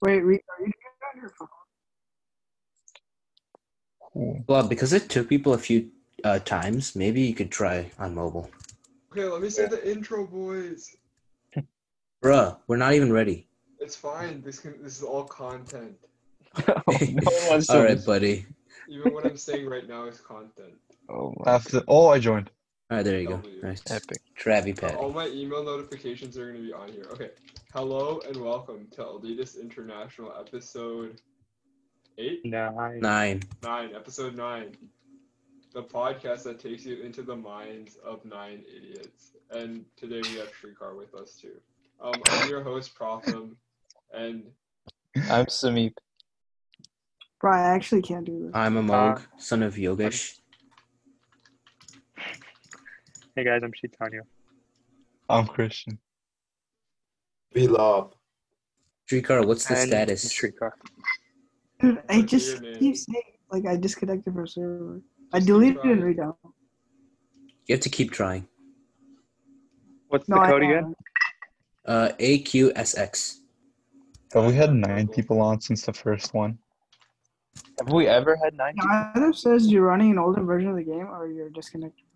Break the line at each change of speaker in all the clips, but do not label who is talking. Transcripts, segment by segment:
Wait, Reed, are you on your phone?
Well, because it took people a few uh, times, maybe you could try on mobile.
Okay, let me say the intro, boys.
Bruh, we're not even ready.
It's fine. This can this is all content.
one wants to
All right,
listen.
buddy.
Even what I'm saying right now is content.
Oh my
After oh, I joined.
All right, there you go.
W.
Nice.
epic.
Travy
Uh, All
Patty.
my email notifications are going to be on here. Okay. Hello and welcome to Elitist International episode 8?
Nine.
Nine.
9. Episode 9. The podcast that takes you into the minds of nine idiots. And today we have Shrikar with us too. Um, I'm your host, Protham. And
I'm Sameep.
Bro, I actually can't do this.
I'm a Moog, son of Yogesh.
Hey guys, I'm Shitanya.
I'm Christian.
We love.
Shrikar, what's the
And
status?
Shrikar.
Dude, I
What's
just
your name?
keep saying, like, I disconnected from server. I deleted and redownloaded.
You have to keep trying.
What's
No,
the
I
code
haven't.
again?
Uh, AQSX.
Have we had nine people on since the first one?
Have we ever had nine?
It either says you're running an older version of the game or you're disconnected.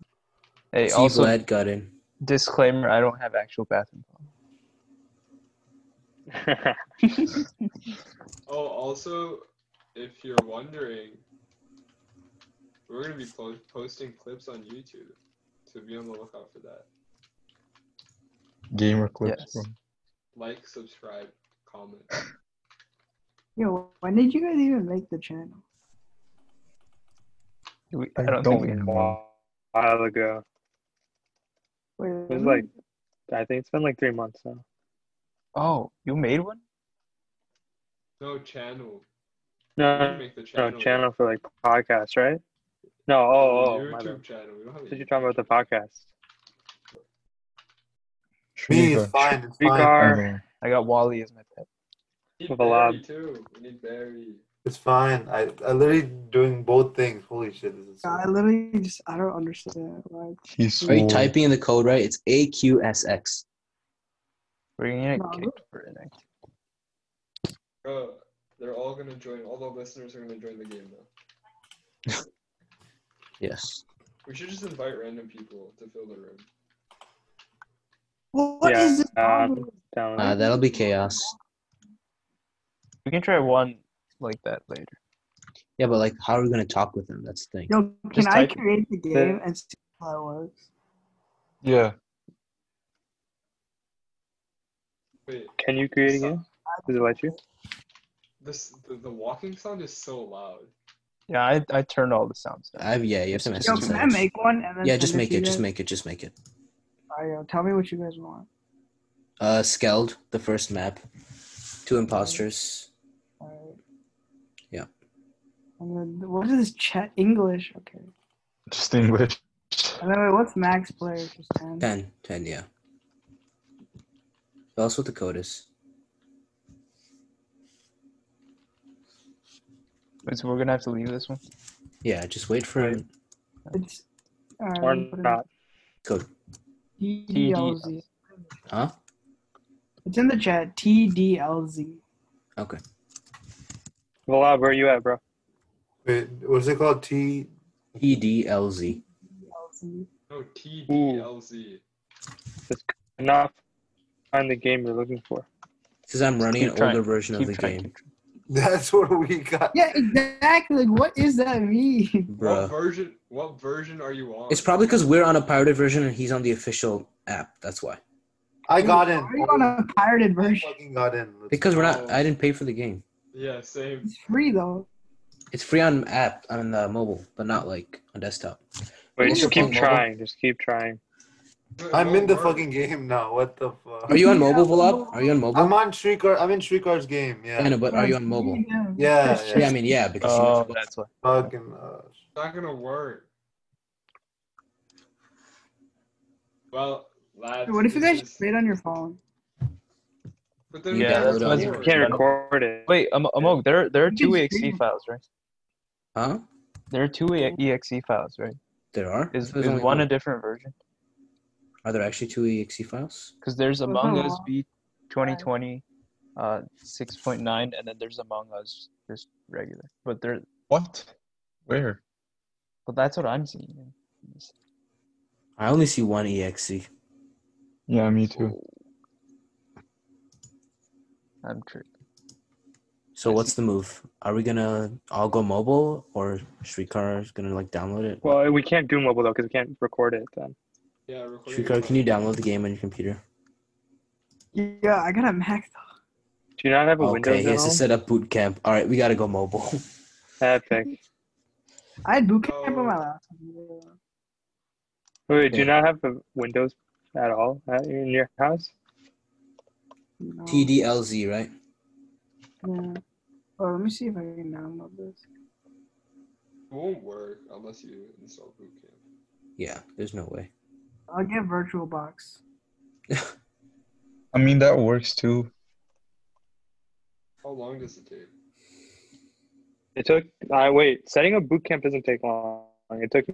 Hey,
T
also
Vlad got in.
disclaimer: I don't have actual bathroom.
oh, also, if you're wondering, we're going to be po- posting clips on YouTube. So be on the lookout for that.
Gamer clips.
Yes.
from-
Like, subscribe, comment.
Yo, when did you guys even make the channel?
Do we-
I
I don't,
don't
think
know.
we have.
A while ago.
Wait,
It was like, I think it's been like three months now.
Oh, you made one?
No channel. We
No,
didn't make the
no,
channel.
no, channel for like podcasts, right? No, oh, oh,
YouTube
my bad.
channel. We don't have a
Did you
YouTube
talk about the podcast?
Me
Shriva.
is fine. It's fine.
I'm
Shrikar
there.
I got Wally as my pet.
channel.
with
We
a
need
lab.
Barry too. We need Barry.
It's fine. I I literally doing both things. Holy shit! This is.
I literally just, I don't understand. Like,
He
Are you
swore.
typing in the code right? It's AQSX.
We're gonna
No.
get kicked for inactive.
Bro, they're all gonna join. All the listeners are gonna join the game now.
Yes.
We should just invite random people to fill the room.
what
Yeah,
is this?
um,
problem?
Down
Uh, that'll be chaos.
We can try one like that later.
Yeah, but like, how are we gonna talk with them? That's the thing.
Yo, can
just
I
type-
create the game and see how it works?
Yeah.
Wait,
Can you create again? Does it let you?
this the, the walking sound is so loud.
Yeah, I, I turned all the sounds down.
I've yeah, you have to message
Yo, can I
them.
make one and then
Yeah,
send
just
it
make
to you
it. Just
guys?
make it. Just make it.
Alright, yo, tell me what you guys want.
Uh, Skeld, the first map, two imposters.
Alright.
Yeah.
And then what is this chat English? Okay.
Just English.
And then wait, what's max player? Just 10.
10, 10, yeah. Tell us what the code is.
Wait, so we're gonna have to leave this one.
Yeah, just wait for
Right.
It's alright,
Or
put in
not?
code.
TDLZ.
Huh?
It's in the chat. TDLZ.
Okay.
Vlad, where you at, bro?
Wait, what is it called? T.
E EDLZ.
TDLZ.
No TDLZ.
Just not find the game you're looking for.
Says I'm running an
Keep trying,
older version of
keep
the
trying,
game.
That's what we got.
Yeah, exactly. Like, what is that mean?
What
Bruh.
version? What version are you on?
It's probably because we're on a pirated version and he's on the official app. That's why.
I got in.
Why Are you on a pirated
I
version?
fucking got in. Let's
Because we're not,
Oh.
I didn't pay for the game.
yeah, same.
It's free though.
It's free on app, on uh, mobile, but not like on desktop.
Wait,
Ooh,
just keep
on mobile.
trying. Just keep trying.
But it
I'm in
won't
the
work.
fucking game now. What the fuck?
Are you on mobile, Vlad? Are you on mobile?
I'm on Shrikar. I'm in Shrikar's game.
I
Yeah.
know, but are you on mobile?
Yeah.
Yeah.
Yeah,
Yeah.
I mean, yeah, because you
Oh,
know-
that's why.
Fucking. Uh,
It's not gonna work. Well, lads.
What if you
this
guys
is-
just played on your phone?
But then
Yeah,
we can't
that's what I was-
record.
You can't record it.
Wait, Am- Amog, there there are
You
two
can
exe
stream.
files, right?
huh?
There are two E- exe files, right?
There are.
Is,
There's
is
only
one a different version?
Are there actually two EXE files?
Because there's
There's
Among
not a
Us
lot.
B 2020 uh, six point nine, and then there's Among Us, just regular. But there,
What? Where?
but that's what I'm seeing.
I only see one E EXE.
Yeah, me too.
I'm true.
So what's the move? Are we gonna all go mobile, or Shrikar is gonna like download it?
Well, we can't do mobile though because we can't record it then.
Yeah, recording.
Shrikar, can you download the game on your computer?
Yeah, I got a Mac though.
Do you not have a
Okay, he has
Windows
to
at
set up boot camp. All right, we gotta go mobile.
all? Epic.
I had boot camp
Oh.
on my laptop.
Wait, do you
Yeah.
not have a Windows at all at, in your house?
No.
TDLZ, right?
Yeah. Oh, let me see if I can download this.
It won't work unless you install Bootcamp.
Yeah, there's no way.
I'll get VirtualBox.
I mean, that works too.
How long does it take?
It took. I wait. Setting up boot camp doesn't take long. It took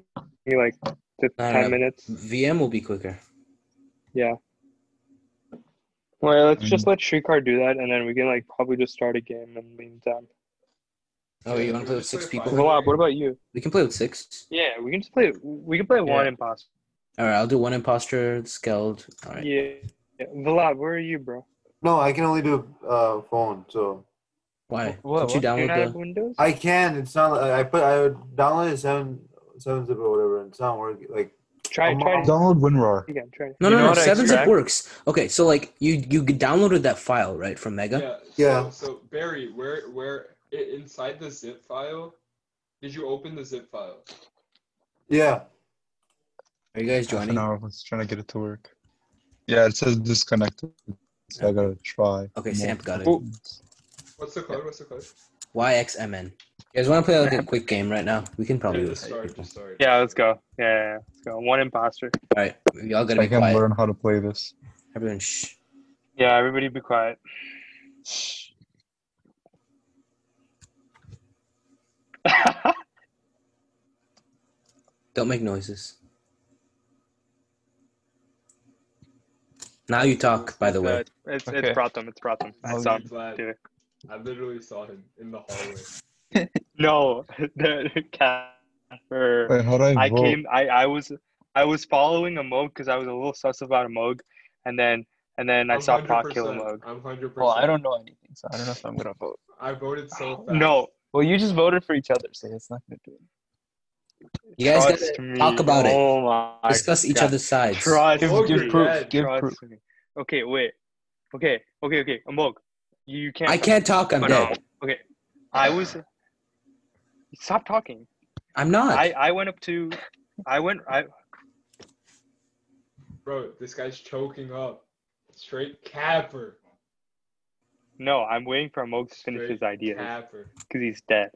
me like t-
No,
ten
no.
minutes.
VM will be quicker.
Yeah. Well, let's just let Shrikar do that, and then we can like probably just start a game in the meantime.
Oh, you wanna play with six people?
Rob, what about you?
We can play with six.
Yeah, we can just play. We can play one imposter.
All right, I'll do one imposter, skeld. All right.
Yeah. yeah. Vlad, where are you, bro?
No, I can only do uh, phone. So
Why?
What-
Did you
Do you not
download
have
the?
Windows?
I can. It's not. I I put. I downloaded seven seven zip or whatever, and it's not working. Like
try,
I'm-
try it
Download WinRAR.
again. Try it.
No,
You
no, no.
know how to
Seven zip
extract?
works. Okay, so like you you downloaded that file right from Mega.
Yeah. So,
Yeah.
So Barry, where where i- inside the zip file? Did you open the zip file?
yeah.
Are you guys
Half
joining?
an hour. I was trying to get it to work. Yeah, it says disconnected. So I gotta try.
Okay,
more.
Samp got it.
Oh.
What's the code? What's the code?
YXMN. You guys want to play like a quick game right now? We can probably
Yeah,
do
just
it.
start. Just start.
Yeah, let's go. Yeah, yeah, yeah, let's go. One imposter.
All right, y'all gotta
I
be
can
quiet.
learn how to play this.
Everyone, shh.
Yeah, everybody be quiet.
Don't make noises. Now you talk. By the way, Oh,
It's, it's, it's
Okay.
Pratham. It's um, Pratham.
I,
I
see
saw him
Vlad.
do it.
I literally saw him in the hallway.
No, the Casper.
Wait, how do I,
I
vote?
came. I, I was I was following a Moog because I was a little sus about a Moog, and then and then I saw Proc kill a
100%,
Moog.
I'm hundred percent.
Well, I don't know anything, so I don't know if I'm gonna vote.
I voted so fast.
Oh, No,
Well, you just voted for each other, so it's not gonna do it.
you guys
trust
gotta
me.
talk about it.
Oh my
discuss each
God.
other's sides.
Trust
Give-
me.
give proof,
give
Trust
proof.
me. Okay, wait. Okay, okay, okay. A Moog, you, you can't.
I can't talk. I'm
but,
dead.
um, okay, I was. Stop talking.
I'm not.
I I went up to. I went. I
bro, this guy's choking up. Straight capper.
no. I'm waiting for a Moog to finish his
Straight
ideas.
Capper.
because he's dead.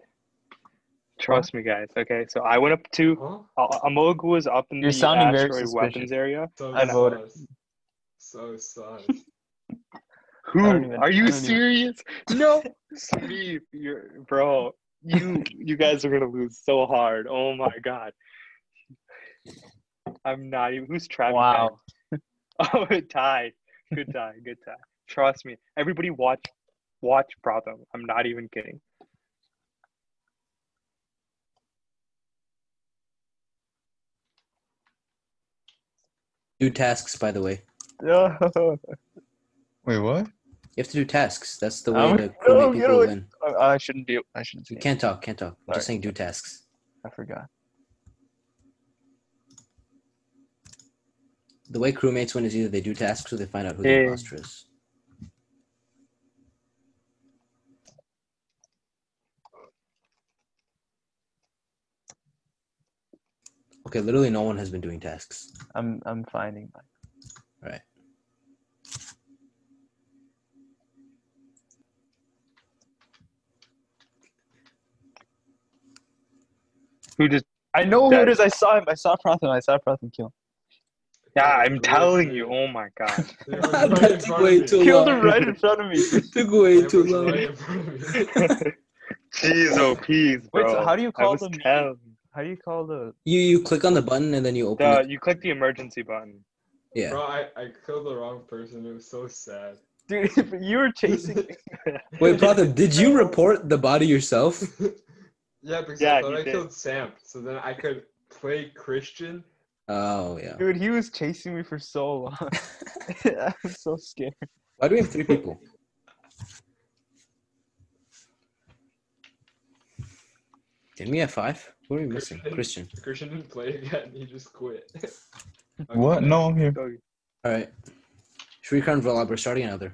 Trust me, guys. Okay, so I went up to
Huh?
uh, Amog was up in
You're
the
sounding very
asteroid
suspicious.
weapons area.
So
I voted.
sus. So sus.
Who
don't even-
are
I
you
don't even-
serious? No, Steve, you're bro. You you guys are gonna lose so hard. Oh my god. I'm not even. Who's Travis?
Wow.
Oh, it tied. Good tie. Good tie. Trust me. Everybody watch, watch Problem. I'm not even kidding.
do tasks. By the way,
No.
Wait, what?
you have to do tasks. That's the
I'm-
way the cool
no, you
people
know what-
win.
I, I shouldn't do. I shouldn't
You
do.
can't talk. Can't talk. I'm
Sorry.
just saying do tasks.
I forgot.
The way crewmates win is either they do tasks or they find out who
Yeah.
the imposter is. Okay, literally no one has been doing tasks.
I'm I'm finding mine.
Right.
Who just?
I know who
That-
it is. I saw him. I saw Protham. I saw Protham kill.
Yeah, I'm telling you. Oh my god.
They were right in front of me.
He killed him right in front of me.
Took way
They
too
were right
long.
in front of me.
Jeez, oh, please, bro.
Wait, so how do you
I
call
was
them?
telling you.
How do you call the?
You you click on the button and then you open
The-
it.
you click the emergency button.
Yeah.
Bro, I, I killed the wrong person. It was so sad.
dude. If you were chasing,
Wait, Pratham, did you report the body yourself?
yeah, because I
Yeah,
thought
he
I
did.
killed Sam, so then I could play Christian.
Oh yeah.
dude, he was chasing me for so long. I'm so scared.
Why do we have three people? Didn't we have five? Who are we missing? Christian.
Christian didn't play again. He just quit. Okay.
What? No, I'm here.
Dog,
All right. Shrikar and Vallabh, we're starting another.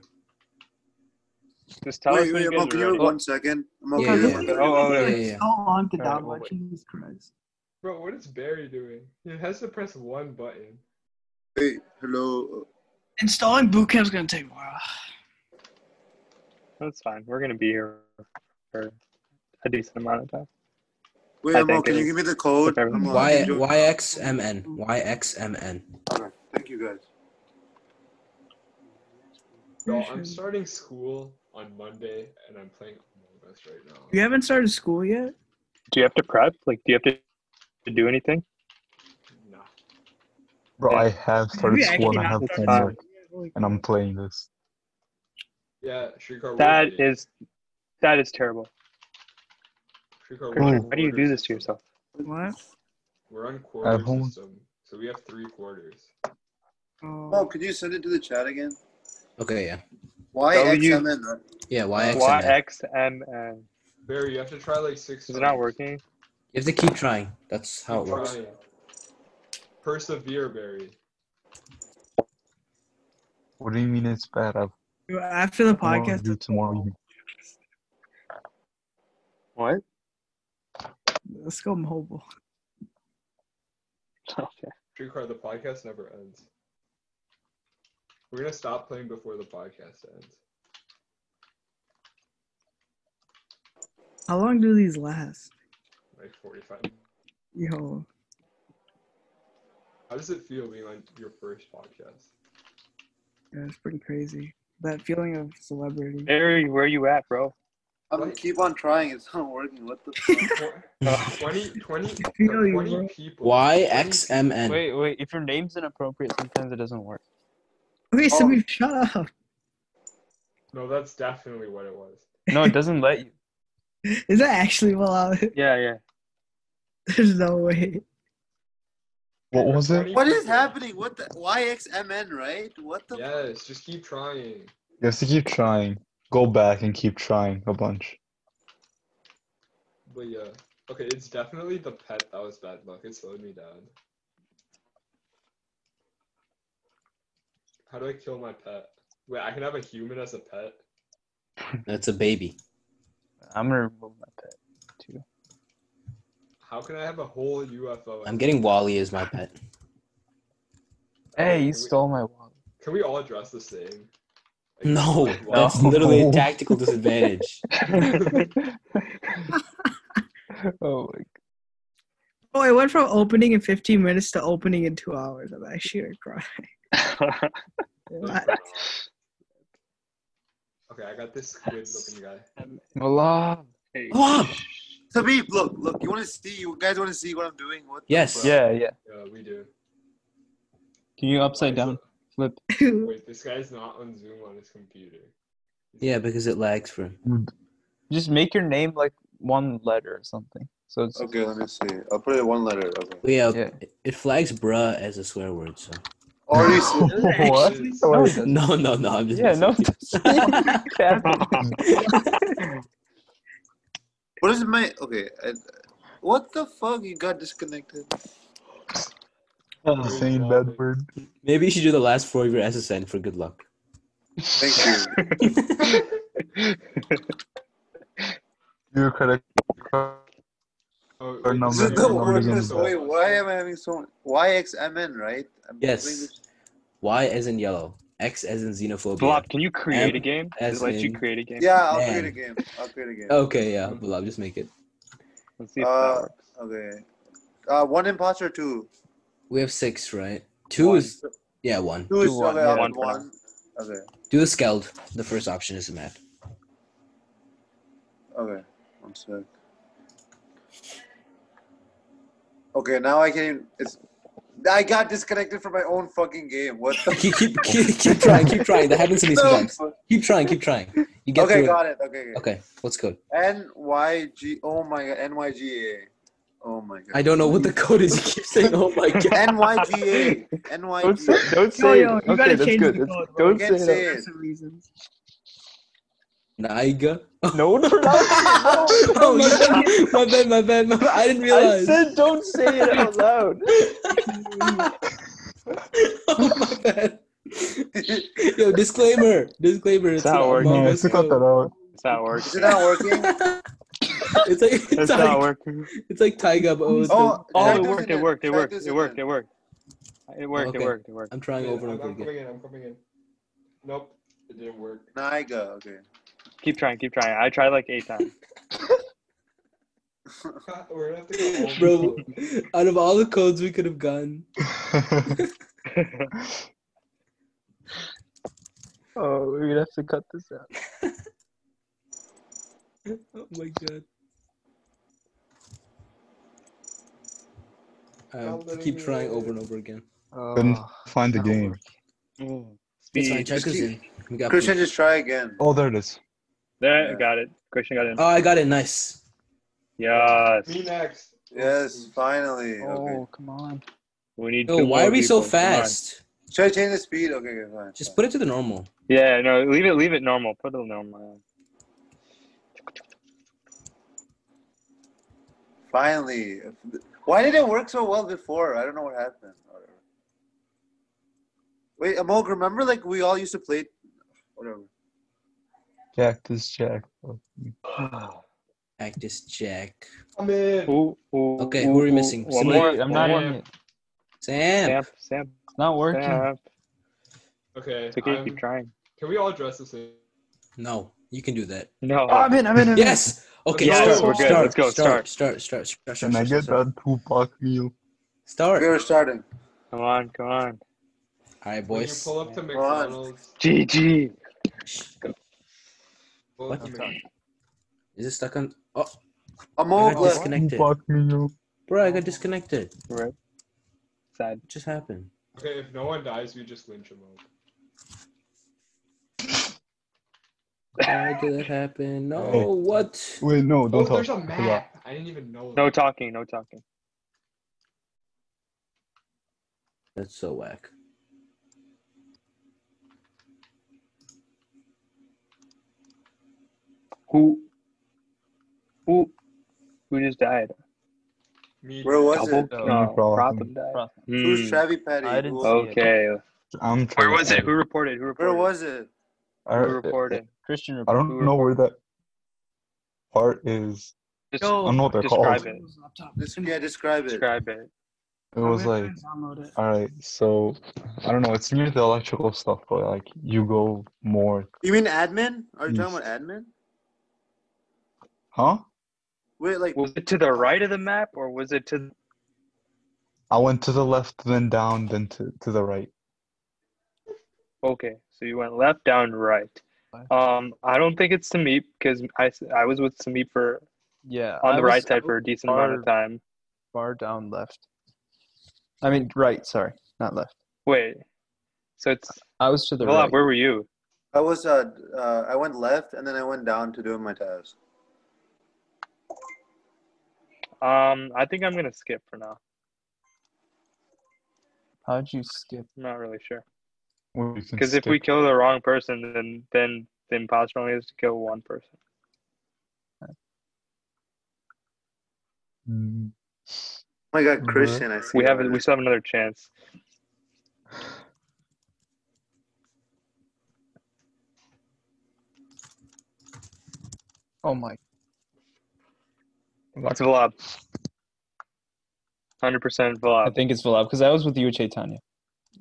Just tell us
wait,
when
wait,
you guys
I'm okay.
are
here
ready.
One second. I'm
Yeah,
okay.
yeah, yeah.
Oh,
here. one second.
oh,
Yeah,
oh,
yeah, yeah.
So long to
Alright, we'll
download.
wait.
Jesus Christ.
Bro, what is Barry doing? He has to press one button.
Hey, hello.
Installing bootcamp's gonna take a while.
That's fine. We're gonna be here for a decent amount of time.
Wait,
I
Amo,
think
can
it
you
is.
give me the code?
Okay.
Amo, I
Y
can join-
YXMN. YXMN.
Alright, Thank you guys.
Bro,
Sure.
I'm starting school on Monday, and I'm playing Among Us right now.
You haven't started school yet?
Do you have to prep? Like, do you have to, to do anything?
Nah.
Bro, I have started
Have you
school and
actually
I have
not started
homework,
school yet? Holy
and I'm
crap.
playing this.
Yeah, Shrikar.
That
Wolf did.
is, that is terrible.
Shrikar,
Christian,
we're on
Why do you
quarter
do this to
system.
yourself?
What?
We're on
At
quarter
home.
system, so we have three quarters.
Oh,
Oh.
could you send it to the chat again?
Okay, yeah.
YXMN. right?
Yeah, YXMN.
YXMN.
Barry, you have to try like six.
Is it not
times.
working?
You have to keep trying. That's how it
Keep
works.
trying. Persevere, Barry.
What do you mean it's bad? I've
Yo, After the
homework
podcast,
due tomorrow.
What?
let's go mobile.
Okay.
True card, the podcast never ends. We're gonna stop playing before the podcast ends.
How long do these last?
Like forty-five.
Yo,
How does it feel being on your first podcast?
that's pretty crazy. That feeling of celebrity.
Barry, where you at, bro?
I'm keep on trying. It's not working. What the? fuck?
Tw- 20, 20,
feel you,
20
bro.
people. 20
YXMN.
Wait, wait. If your name's inappropriate, sometimes it doesn't work.
Okay, so
Oh.
we shut up.
No, that's definitely what it was.
No, it doesn't let you.
Is that actually allowed?
Yeah, yeah.
There's no way.
What was it?
20
what is
people.
happening? What the? YXMN, right? What the?
Yes, just keep trying.
You have to keep trying. Go back and keep trying a bunch.
But yeah. Okay, it's definitely the pet that was bad luck. It slowed me down. How do I kill my pet? Wait, I can have a human as a pet?
That's a baby.
I'm gonna remove my pet too.
How can I have a whole UFO?
I'm getting Wally as my pet.
Hey, you stole my wallet.
Can we all dress the same? Like,
No,
like, wow.
that's literally a tactical disadvantage.
oh,
Oh, I went from opening in 15 minutes to opening in two hours. I'm actually gonna cry.
my-
What?
Okay, I got this squid-looking guy.
Milan.
Hey.
Wow.
Sabib, look, look. You want to see? You guys want to see what I'm doing? What? the
Yes.
fuck?
Yeah, yeah.
Yeah, we do.
Can you upside down flip?
Wait, this guy's not on Zoom on his computer.
Yeah, because it lags for him.
Just make your name like one letter or something. So it's
Okay, let me see. I'll put it one letter. Okay.
Well, yeah,
Yeah.
it- it flags bruh as a swear word. So
Already. see-
what? No, it doesn't.
no, no, no. I'm just
yeah, no.
messing
it doesn't. Yeah.
What is my? Okay. I, what the fuck? You got disconnected.
Oh,
I'm saying that word.
with you. Maybe you should do the last four of your SSN for good luck.
Thank you.
Your credit card.
Oh,
Our
wait,
numbers- This is
This is the
the numbers
worst.
in-
Wait, why am I having so? YXMN, right? I'm
Yes.
doing this-
Y as in yellow. X as in xenophobia.
Blob, can you create a
M
game? Does
as
it let you
in-
create a game?
Yeah, I'll
Man. Oh.
create a game. I'll create a game.
Okay, yeah, Blob, just make it.
Let's see if
Uh,
that works.
Okay. Uh, one imposter, two.
We have six, right? Two
One.
is yeah, one.
Two is
Two, one,
okay. I'll
yeah.
put one. Okay.
Do a scald. The first option is a map.
Okay. One sec. Okay, now I can. It's. I got disconnected from my own fucking game. What the?
Keep, keep, keep, keep trying, keep trying. That happens to me sometimes.
fuck?
Keep trying. Keep trying. You get
Okay,
through
got it. Okay.
it. Okay, let's go.
N Y G. Oh my god. N Y G A. Oh my god.
I don't know what the code is. You keep saying, "Oh my god."
N Y G A. N Y
Don't
G.
say, don't
Yo,
say
yo,
it.
you
okay,
gotta
that's
change
good.
the
That's,
code, bro.
don't
Can't
say
say
it.
For some reasons.
Naiga.
No, no, no.
Oh yeah. My bad. My bad. My bad. I didn't
I
realize.
said don't say it out loud.
oh my bad. Yo, disclaimer. Disclaimer. It's
how
not
it works.
Among
No,
Us
we cut that
code.
out.
It's not working.
Is it not working?
It's like it's,
It's
like
not working.
it's like Tyga, but with the-
Oh,
Oh,
Tag
it
this
worked. It
in then,
worked. It
tag
worked.
this
It
in
worked.
then.
It worked. It worked. It
Okay.
worked. It worked.
I'm trying over
I'm,
and over
I'm
again.
coming in. I'm coming in. Nope, it didn't work.
Niga. Okay.
Keep trying. Keep trying. I tried like eight times.
We're gonna have to go home.
Bro, out of all the codes we could have gone,
Oh, we're gonna have to cut this out.
oh my god. Um, I have to keep trying over and over again.
Couldn't
Oh,
find the
it's not
game.
working.
Mm. It's fine.
Speed.
Check us
keep-
in. We got
Christian,
proof.
just try again.
Oh, there it is.
There,
Yeah.
got it. Christian got in.
Oh, I got it. Nice.
Me
Yes.
next.
Yes, finally. Okay.
Oh, come on.
We need
Yo,
two
why
more
are we so
people. Come on.
fast?
Should I change the speed? Okay, okay, fine.
Just put it to the normal.
Yeah, no, leave it, leave it normal. Put it normal.
Finally. Why did it work so well before? I don't know what happened. Whatever. Wait, Amog, remember like we all used to play whatever.
Jack, this Jack.
Oh,
Practice check.
I'm in.
Who, who,
Okay, who are we missing?
One
Simone?
more. I'm not
One
in
more.
it.
Sam.
Samp, samp,
It's not working.
samp.
Okay.
It's okay.
I'm-
Keep trying.
Can we all dress the same?
No, you can do that.
No.
Oh, I'm in. I'm in. I'm in.
Yes. Okay.
Yes,
start.
we're good.
Start.
Let's go,
Start. Start. Start. Start. Start.
Can I
Start.
get
Start.
that two-pack meal?
We
start.
were starting.
Come on, come on.
All right,
When you
boys.
pull up to
Come on.
McDonald's,
GG.
pull up
What?
to McDonald's.
Is it stuck on? Oh, I
Amog
got
left.
disconnected.
Two-pack meal.
Bro, I got disconnected. What
Rip. Sad.
just happened?
Okay, if no one dies, we just lynch Amog.
Why did it happen? No, what?
Wait, no,
Oh,
don't
there's a
talk. I forgot.
map. I didn't even know.
No
that.
talking. No talking.
That's so whack.
Who? Who? Who just died?
Me.
Where was
Double?
it?
No.
No
No.
problem.
Protham died.
Protham.
Who's
Hmm.
Travi Patty?
I didn't
Who-
see it.
Okay.
I'm
Where was it?
trying.
Who reported? Who reported?
Where was it?
I,
Who reported?
Christian
I
report.
don't know where that part is.
Just
I don't know what they're
Describe
called.
it.
This, yeah, describe it.
describe it.
It was like, all right, so I don't know. It's near the electrical stuff, but like you go more,
You mean admin? Are you
Hmm.
talking
East.
about admin?
huh?
Wait, like
Was it to the right of the map or was it to?
I went to the left, then down, then to, to the right.
Okay, so you went left, down, right.
Left.
Um, I don't think it's Samip because I, s- I was with Samip for
Yeah.
on
I
the
was-
right
I
side
was
for a decent amount of time.
Far down left. I mean, right. Sorry, not left.
Wait, so it's
I was to the
Vilab,
right.
Where were you?
I was uh, uh I went left and then I went down to doing my task. Oh
Um, I think I'm gonna skip for now.
How'd you skip?
I'm not really sure
Where you can
because if we
skip.
kill the wrong person, then then the imposter only has to kill one person.
Mm,
Oh my god,
Bruh.
Christian, I see.
Mm-hmm. We have
it.
we still have another chance.
Oh my.
It's Vilab. Hundred percent
I
Vilab.
think it's Vilab because I was with you, Chaitanya.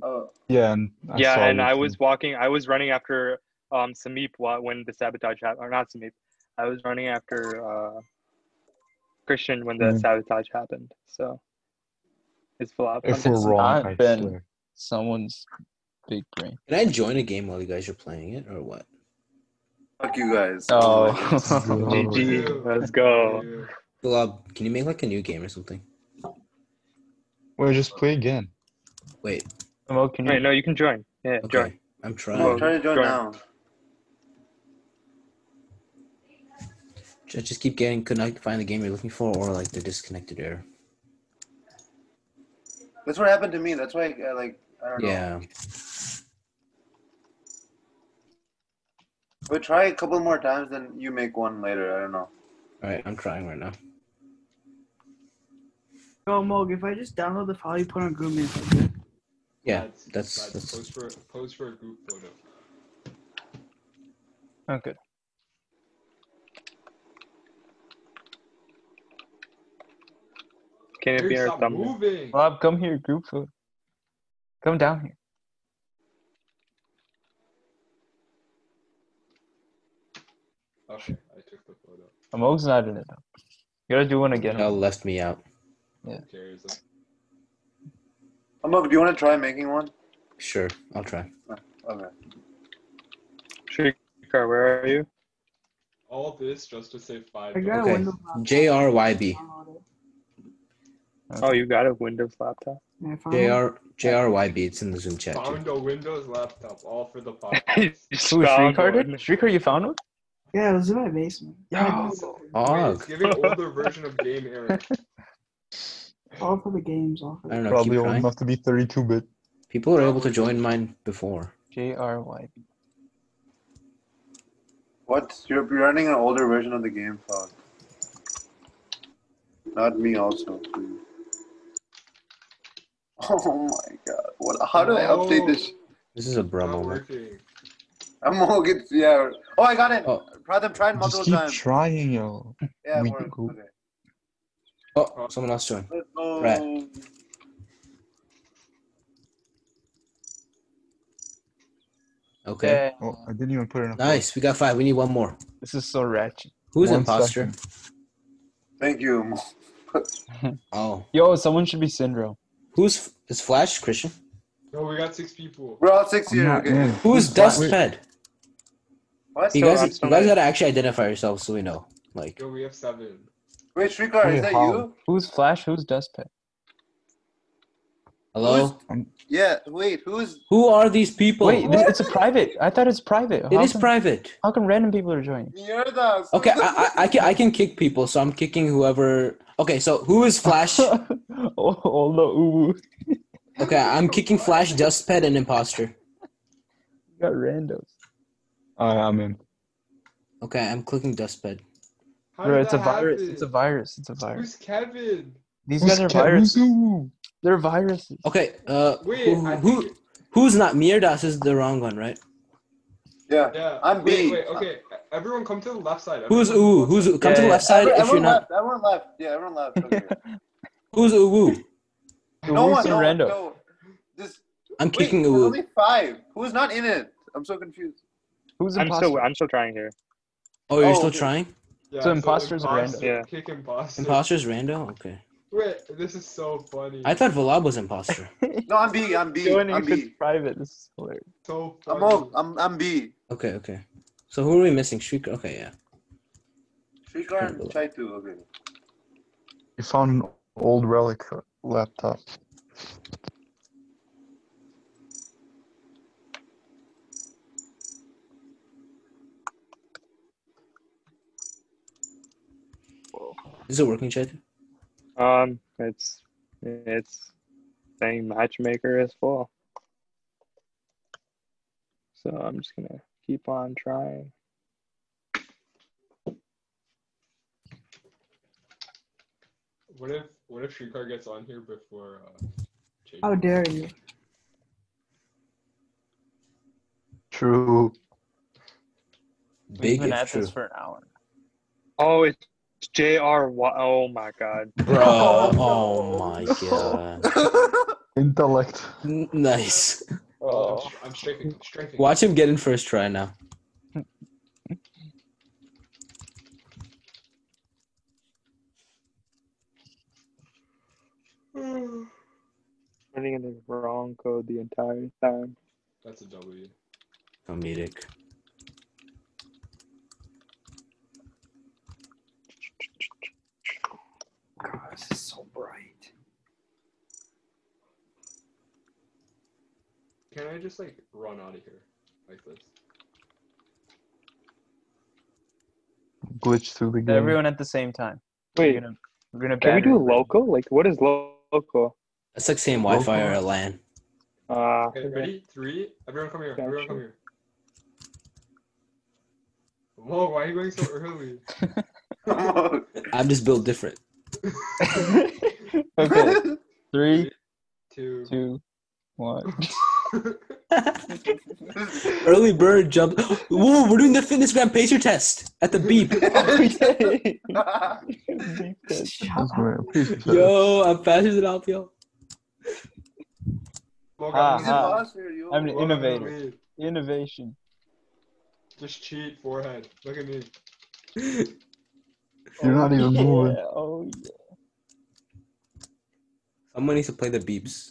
Oh,
Yeah, and I
yeah,
saw
and
you
I
too.
was walking. I was running after um Samip wa- when the sabotage happened, or not Samip. I was running after uh, Christian when the
Hmm.
Mm.
sabotage happened. So it's flop.
If we're
It's
wrong,
not
I
been-
swear.
Someone's big brain.
Can I join a game while you guys are playing it, or what?
fuck you guys.
Oh.
my goodness.
GG. Let's
Hmm.
go.
Ew.
Glob, can you make like a new game or something?
Wait, just play again.
Wait.
Mo, can you?
Wait, no, you can join. Yeah,
Okay.
join.
I'm
I'm
trying.
trying to join
Join.
now.
I just keep getting could not find the game you're looking for, or like the disconnected error.
That's what happened to me. That's why, I, like, I don't know.
Yeah,
But try a couple more times, then you make one later. I don't know.
all right, I'm trying right now.
Yo, Moog, if I just download the file you put on Groove Mates, okay?
Yeah,
Lads,
that's
lads,
that's
Pose for pose for a group photo.
Oh,
Okay.
Can it
Dude,
be in our
stop
thumbnail?
moving.
Rob, come here, group photo. Come down here.
Okay, I took the photo.
Amog's not in it though. You gotta do one again.
Y'all left me out.
Who cares?
Amok, Oh, do you want to try making one?
Sure, I'll try.
Okay.
Shrikar, where are you?
All this just to save five.
I got
Okay.
a Windows laptop.
JRYB.
Download it.
Oh, you got a Windows laptop.
Yeah, I found one.
JR JRYB. It's in the Zoom chat.
Found
Too.
a Windows laptop, all for the
Who
podcast.
is
Who, Shrikar did? Shrikar, you found one?
Yeah, it was in my basement.
Yo.
Wait,
Oh,
it's giving older version of game error.
All for the games, all for
I
the
don't know.
Probably
keep
old
trying.
enough to be 32 bit.
People were able to join mine before.
JRYB.
What? You're you're running an older version of the game, fuck. Not me, also. please. Oh my god! What? How do I update this?
This is a
It's
bro
not
moment.
working.
I'm all good. Yeah. Oh, I got it.
Oh.
Pratham tried
Just
multiple
keep
times.
trying, yo.
yeah,
we
it worked.
go.
Okay.
Oh, someone else joined.
Let's go.
Right. Okay.
Oh, I didn't even put it in.
Nice. We got five. We need one more.
This is so ratchet.
Who's
One
imposter?
second.
Thank you.
Oh,
Yo, someone should be Syndrome.
who's is Flash Christian?
No, we got six people.
We're all six
I'm
here.
not
Okay.
in.
Who's
Flash?
Dustpad?
What?
You
So
guys,
I'm
uh,
you
still
guys
in.
gotta actually identify yourselves so we know. Like,
Yo, we have seven.
Wait, Shrikar,
Wait,
is that
how?
you?
Who's Flash? Who's Dustpad?
hello,
Yeah. Wait, who's?
who are these people?
Wait, this, it's a private. I thought it's private.
it
How
is
come-
private.
How come random people are joining?
Mierda.
Okay, I, I, I can I can kick people, so I'm kicking whoever. Okay, so who is Flash?
oh, oh, no, ooh, ooh.
Okay, I'm kicking Flash, Dustpad, and Imposter.
You got randos. Alright, I'm in.
Okay, I'm clicking Dustpad.
How
Bro,
did
it's a
that
virus.
happen?
It's a virus. It's a virus.
Who's Kevin?
These guys are viruses. They're viruses.
Okay, uh,
Wait,
who,
I
who
think-
who's not Mirdas is the wrong one, right?
Yeah.
Yeah. wait,
I'm B.
wait, okay. Everyone come to the left side.
Who's
Everyone
Uwu? Who's come to the
Yeah,
left side
Everyone,
if you're not?
left. Everyone left. Yeah, everyone left. Okay.
Who's Uwu?
Who's
no one.
the
No one.
rando?
No. This.
I'm
Wait,
kicking
there's
Uwu.
only five. Who's not in it? I'm so confused.
Who's
I'm
imposter?
still I'm still trying here.
Oh, you're
Oh,
still
okay.
trying?
Yeah,
So imposters are
imposter-
random.
Kick imposter.
Imposter's rando? Okay.
Wait, this is so funny.
I thought Valab was imposter.
No, I'm B. I'm B.
Joining
I'm
if it's
B.
private. This is hilarious.
so funny.
I'm old. I'm I'm B.
Okay, okay. So who are we missing? Shriek? Okay, yeah.
Shrikar and Chaitu. Okay.
You found an old relic laptop.
Is it working, Chad?
Um, it's it's saying matchmaker is full. So I'm just gonna keep on trying.
What if what if Shrikar gets on here before uh Jake?
Oh,
How dare you?
True.
Big
We've been
if
at
true.
this for an hour.
Oh, it's JR. Wa- Oh my God.
Bruh, oh my god.
Intellect.
N- nice.
Oh, I'm, stri- I'm striking. I'm striking.
Watch him get in first try now.
Running in the wrong code the entire time.
That's a W.
Comedic.
God, this is so bright.
Can I just like run out of here like this?
glitch through the game.
Everyone at the same time.
Wait,
we're gonna, we're gonna
Can we
batter
do
everybody.
local? Like, what is lo- local?
That's like saying Wi-Fi or a LAN.
Uh,
Okay, ready? Three. Everyone come here.
Gotcha.
Everyone come here. Whoa, why are you going so early?
I'm just built different.
okay, three,
Two.
two, one.
Early bird jump. Whoa, we're doing the fitness gram pacer test at the beep.
Okay.
That's my appreciate it.
Yo, I'm faster than Alpio.
Well,
Ah,
guys,
ah.
Uh-huh.
I'm
welcome to the
an
I'm
innovator.
lead.
Innovation.
Just cheat forehead. Look at me.
You're not even moving.
Yeah, oh yeah.
Someone needs to play the beeps.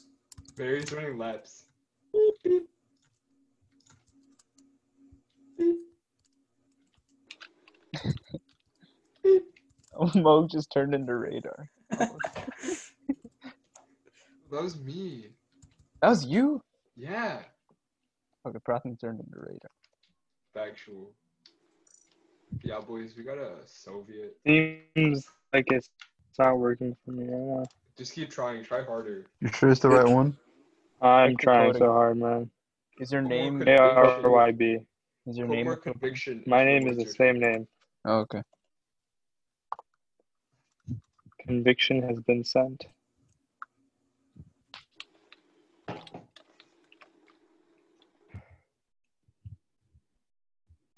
Barry's running laps.
Mo just turned into radar.
That was me.
That was you?
Yeah.
Okay, Prathan turned into radar.
Factual. Yeah, boys, we got a Soviet.
seems like it's it's not working for me right
Just keep trying. Try harder.
You sure it's the right one?
now. I'm
Check the
trying
coding.
so hard, man.
Is your
More
name
A R Y B.
is your
Put
name
more conviction.
My
into
name is the
words
same name.
oh, okay.
Conviction has been sent.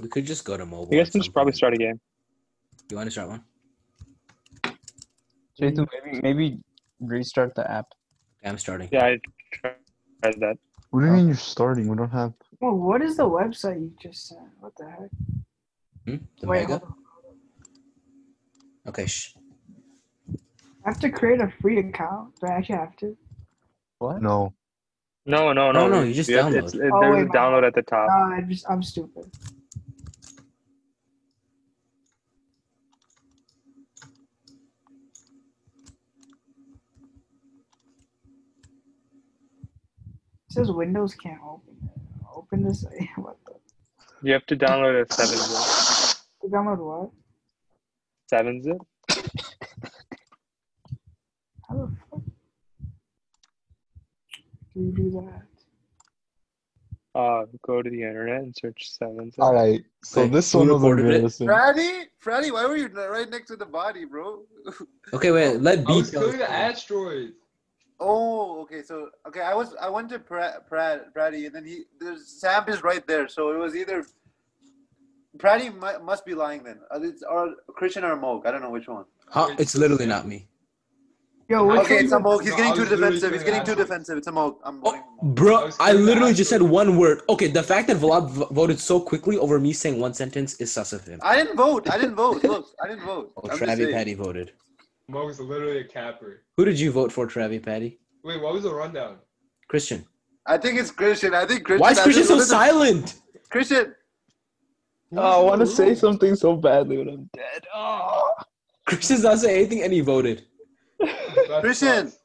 We could just go to mobile.
You guys
at
can
some
just probably
point.
start a game.
You want to start one?
Chetan, maybe maybe restart the app.
Okay, I'm starting.
Yeah, I tried that.
What do you mean you're starting? We don't have.
Well, what is the website you just sent? What the heck?
Hmm? The
Wait,
mega.
hold on.
Okay. Shh.
I have to create a free account. Do I actually have to?
What?
No.
No, no,
No,
no.
no, you just
have-
download.
it's- it-
Oh,
there's
wait,
a
my-
download at the top.
No, I just Uh, I'm stupid. It says Windows can't open. Open this. What the?
You have to download a seven zip.
To download what?
Seven zip.
How the fuck do you do that?
Uh, go to the internet and search seven zip.
Oh,
All right. So
Okay,
this
who
one was
reported it?
embarrassing.
Freddy? Freddy, why were you n- right next to the body, bro?
Okay, wait. Let
I
B
was
tell. us.
doing the asteroid.
Oh, okay. So, okay, I was I went to Pra- Pra- Pratty, and then he there's Sam is right there. So it was either Pratty mu- must be lying then. Uh, It's or Christian or Moog. I don't know which one.
Huh? It's literally not me.
Yo, which
Okay,
one
it's a
was-
Moog. He's
No, I
getting too
was literally
defensive. He's
doing
getting too
that.
defensive. It's a Moog. I'm voting.
Oh,
Moog.
bro,
I
I
was
literally
gonna
just
ask
said one word. Okay, the fact that Vlad v- voted so quickly over me saying one sentence is sus of him.
I didn't vote. I didn't vote. Look, I didn't vote.
Oh,
I'm just
Travi
saying.
Patty voted.
Mo was literally a capper.
Who did you vote for, Travi Patty?
Wait, what was the rundown?
Christian.
I think it's Christian. I think Christian.
Why is
I
Christian so
think- listen,
silent?
Christian.
Oh, I want to say
Ooh.
something so badly when I'm dead. Oh.
Christian's not saying anything, and he voted.
That's
Christian.
sus.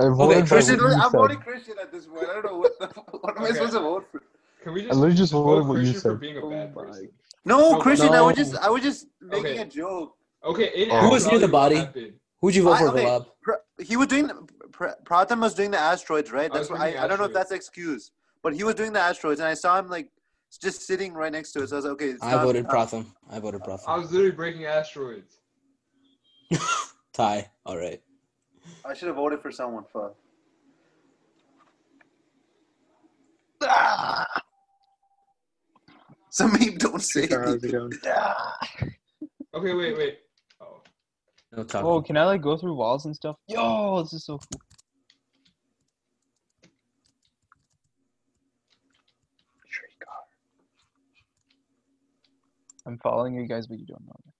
I voted by
Christian.
what you
I'm
said.
voting Christian at this point. I don't know what the, what am I
Okay.
supposed to vote for.
Can we
I
just
literally just
vote
voted what you
Christian for
said.
being a
Oh
bad
my
person?
No,
No,
Christian. I was
no.
just I was just making
Okay.
a joke.
Okay, it
Who was
actually
near the
what
body?
happened.
Who'd you vote
I-
for,
okay.
Vlad?
Pr- He was doing Pr- Pratham was doing the asteroids, right?
I was
That's why
doing the
I, I don't know if
asteroids.
that's an excuse, but he was doing the asteroids, and I saw him like just sitting right next to it. So I was like, okay. It's
I
not-
voted
not-
Pratham. I voted
I
Pratham.
was literally breaking asteroids.
Tie. All right.
I should have voted for someone. Fuck.
Ah,
Samib, don't say
Sorry, how's it
anything.
going?
ah.
Okay, wait, wait. Oh.
No talking.
Whoa, Oh, can I like go through walls and stuff? Yo, this is so cool. I'm following you guys, but you don't know. me.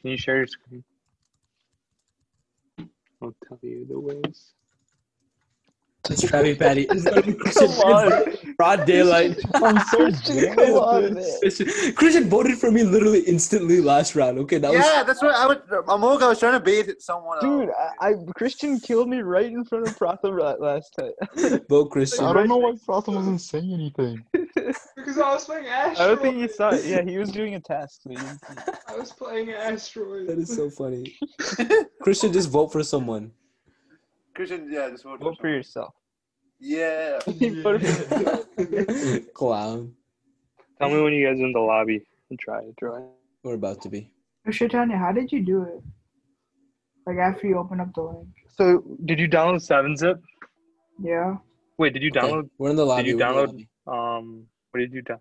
Can you share your screen? I'll tell you the ways.
It's Travi Patty. It's gonna be Christian.
Come on.
Broad daylight.
I'm so
Christian,
bad
come
at
on,
this.
Christian Christian voted for me literally instantly last round. Okay, that was
yeah, that's right. I would. Amog, I was trying to bait someone
Dude,
else.
I, I Christian killed me right in front of Pratham la- last time.
vote
I
Christian.
don't know why Frotham wasn't saying anything.
Because I was playing
I
asteroids.
don't think he saw it. Yeah, he was doing a task. so he didn't see it.
I was playing asteroids.
That is so funny. Christian, just vote for someone.
Christian, yeah, just vote for
Vote for yourself.
Yeah.
He voted for yourself.
Clown.
Tell me when you guys are in the lobby and try it. Try it.
We're about to be.
Shitanya, how did you do it? Like after you open up the link.
So, did you download 7-Zip?
Yeah.
Wait, did you
Okay,
download?
We're in the lobby.
you
we're in the
download-
lobby.
Um, what did you down?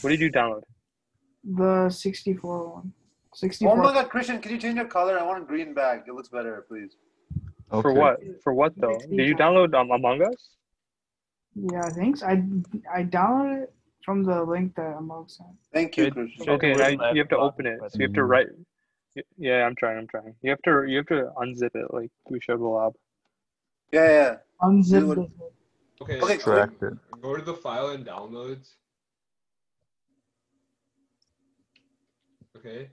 What did you download?
The 64 one. 64.
Oh my God, Christian, can you change your color? I want a green bag. It looks better, please.
For
Okay.
what? For what though? Did you download um, Among Us?
Yeah, thanks. I I downloaded it from the link that Amog sent.
Thank you,
Good.
Christian.
Should
Okay,
do
now
it
you
left
you have to
bottom
open it.
left.
So you have to
Mm.
right. y- Yeah, I'm trying. I'm trying. You have to. You have to unzip it like we showed Lab.
Yeah, yeah.
Unzip
Dude, what-
this. one.
Okay,
Okay,
go,
Extract it.
go to the file and downloads. Okay.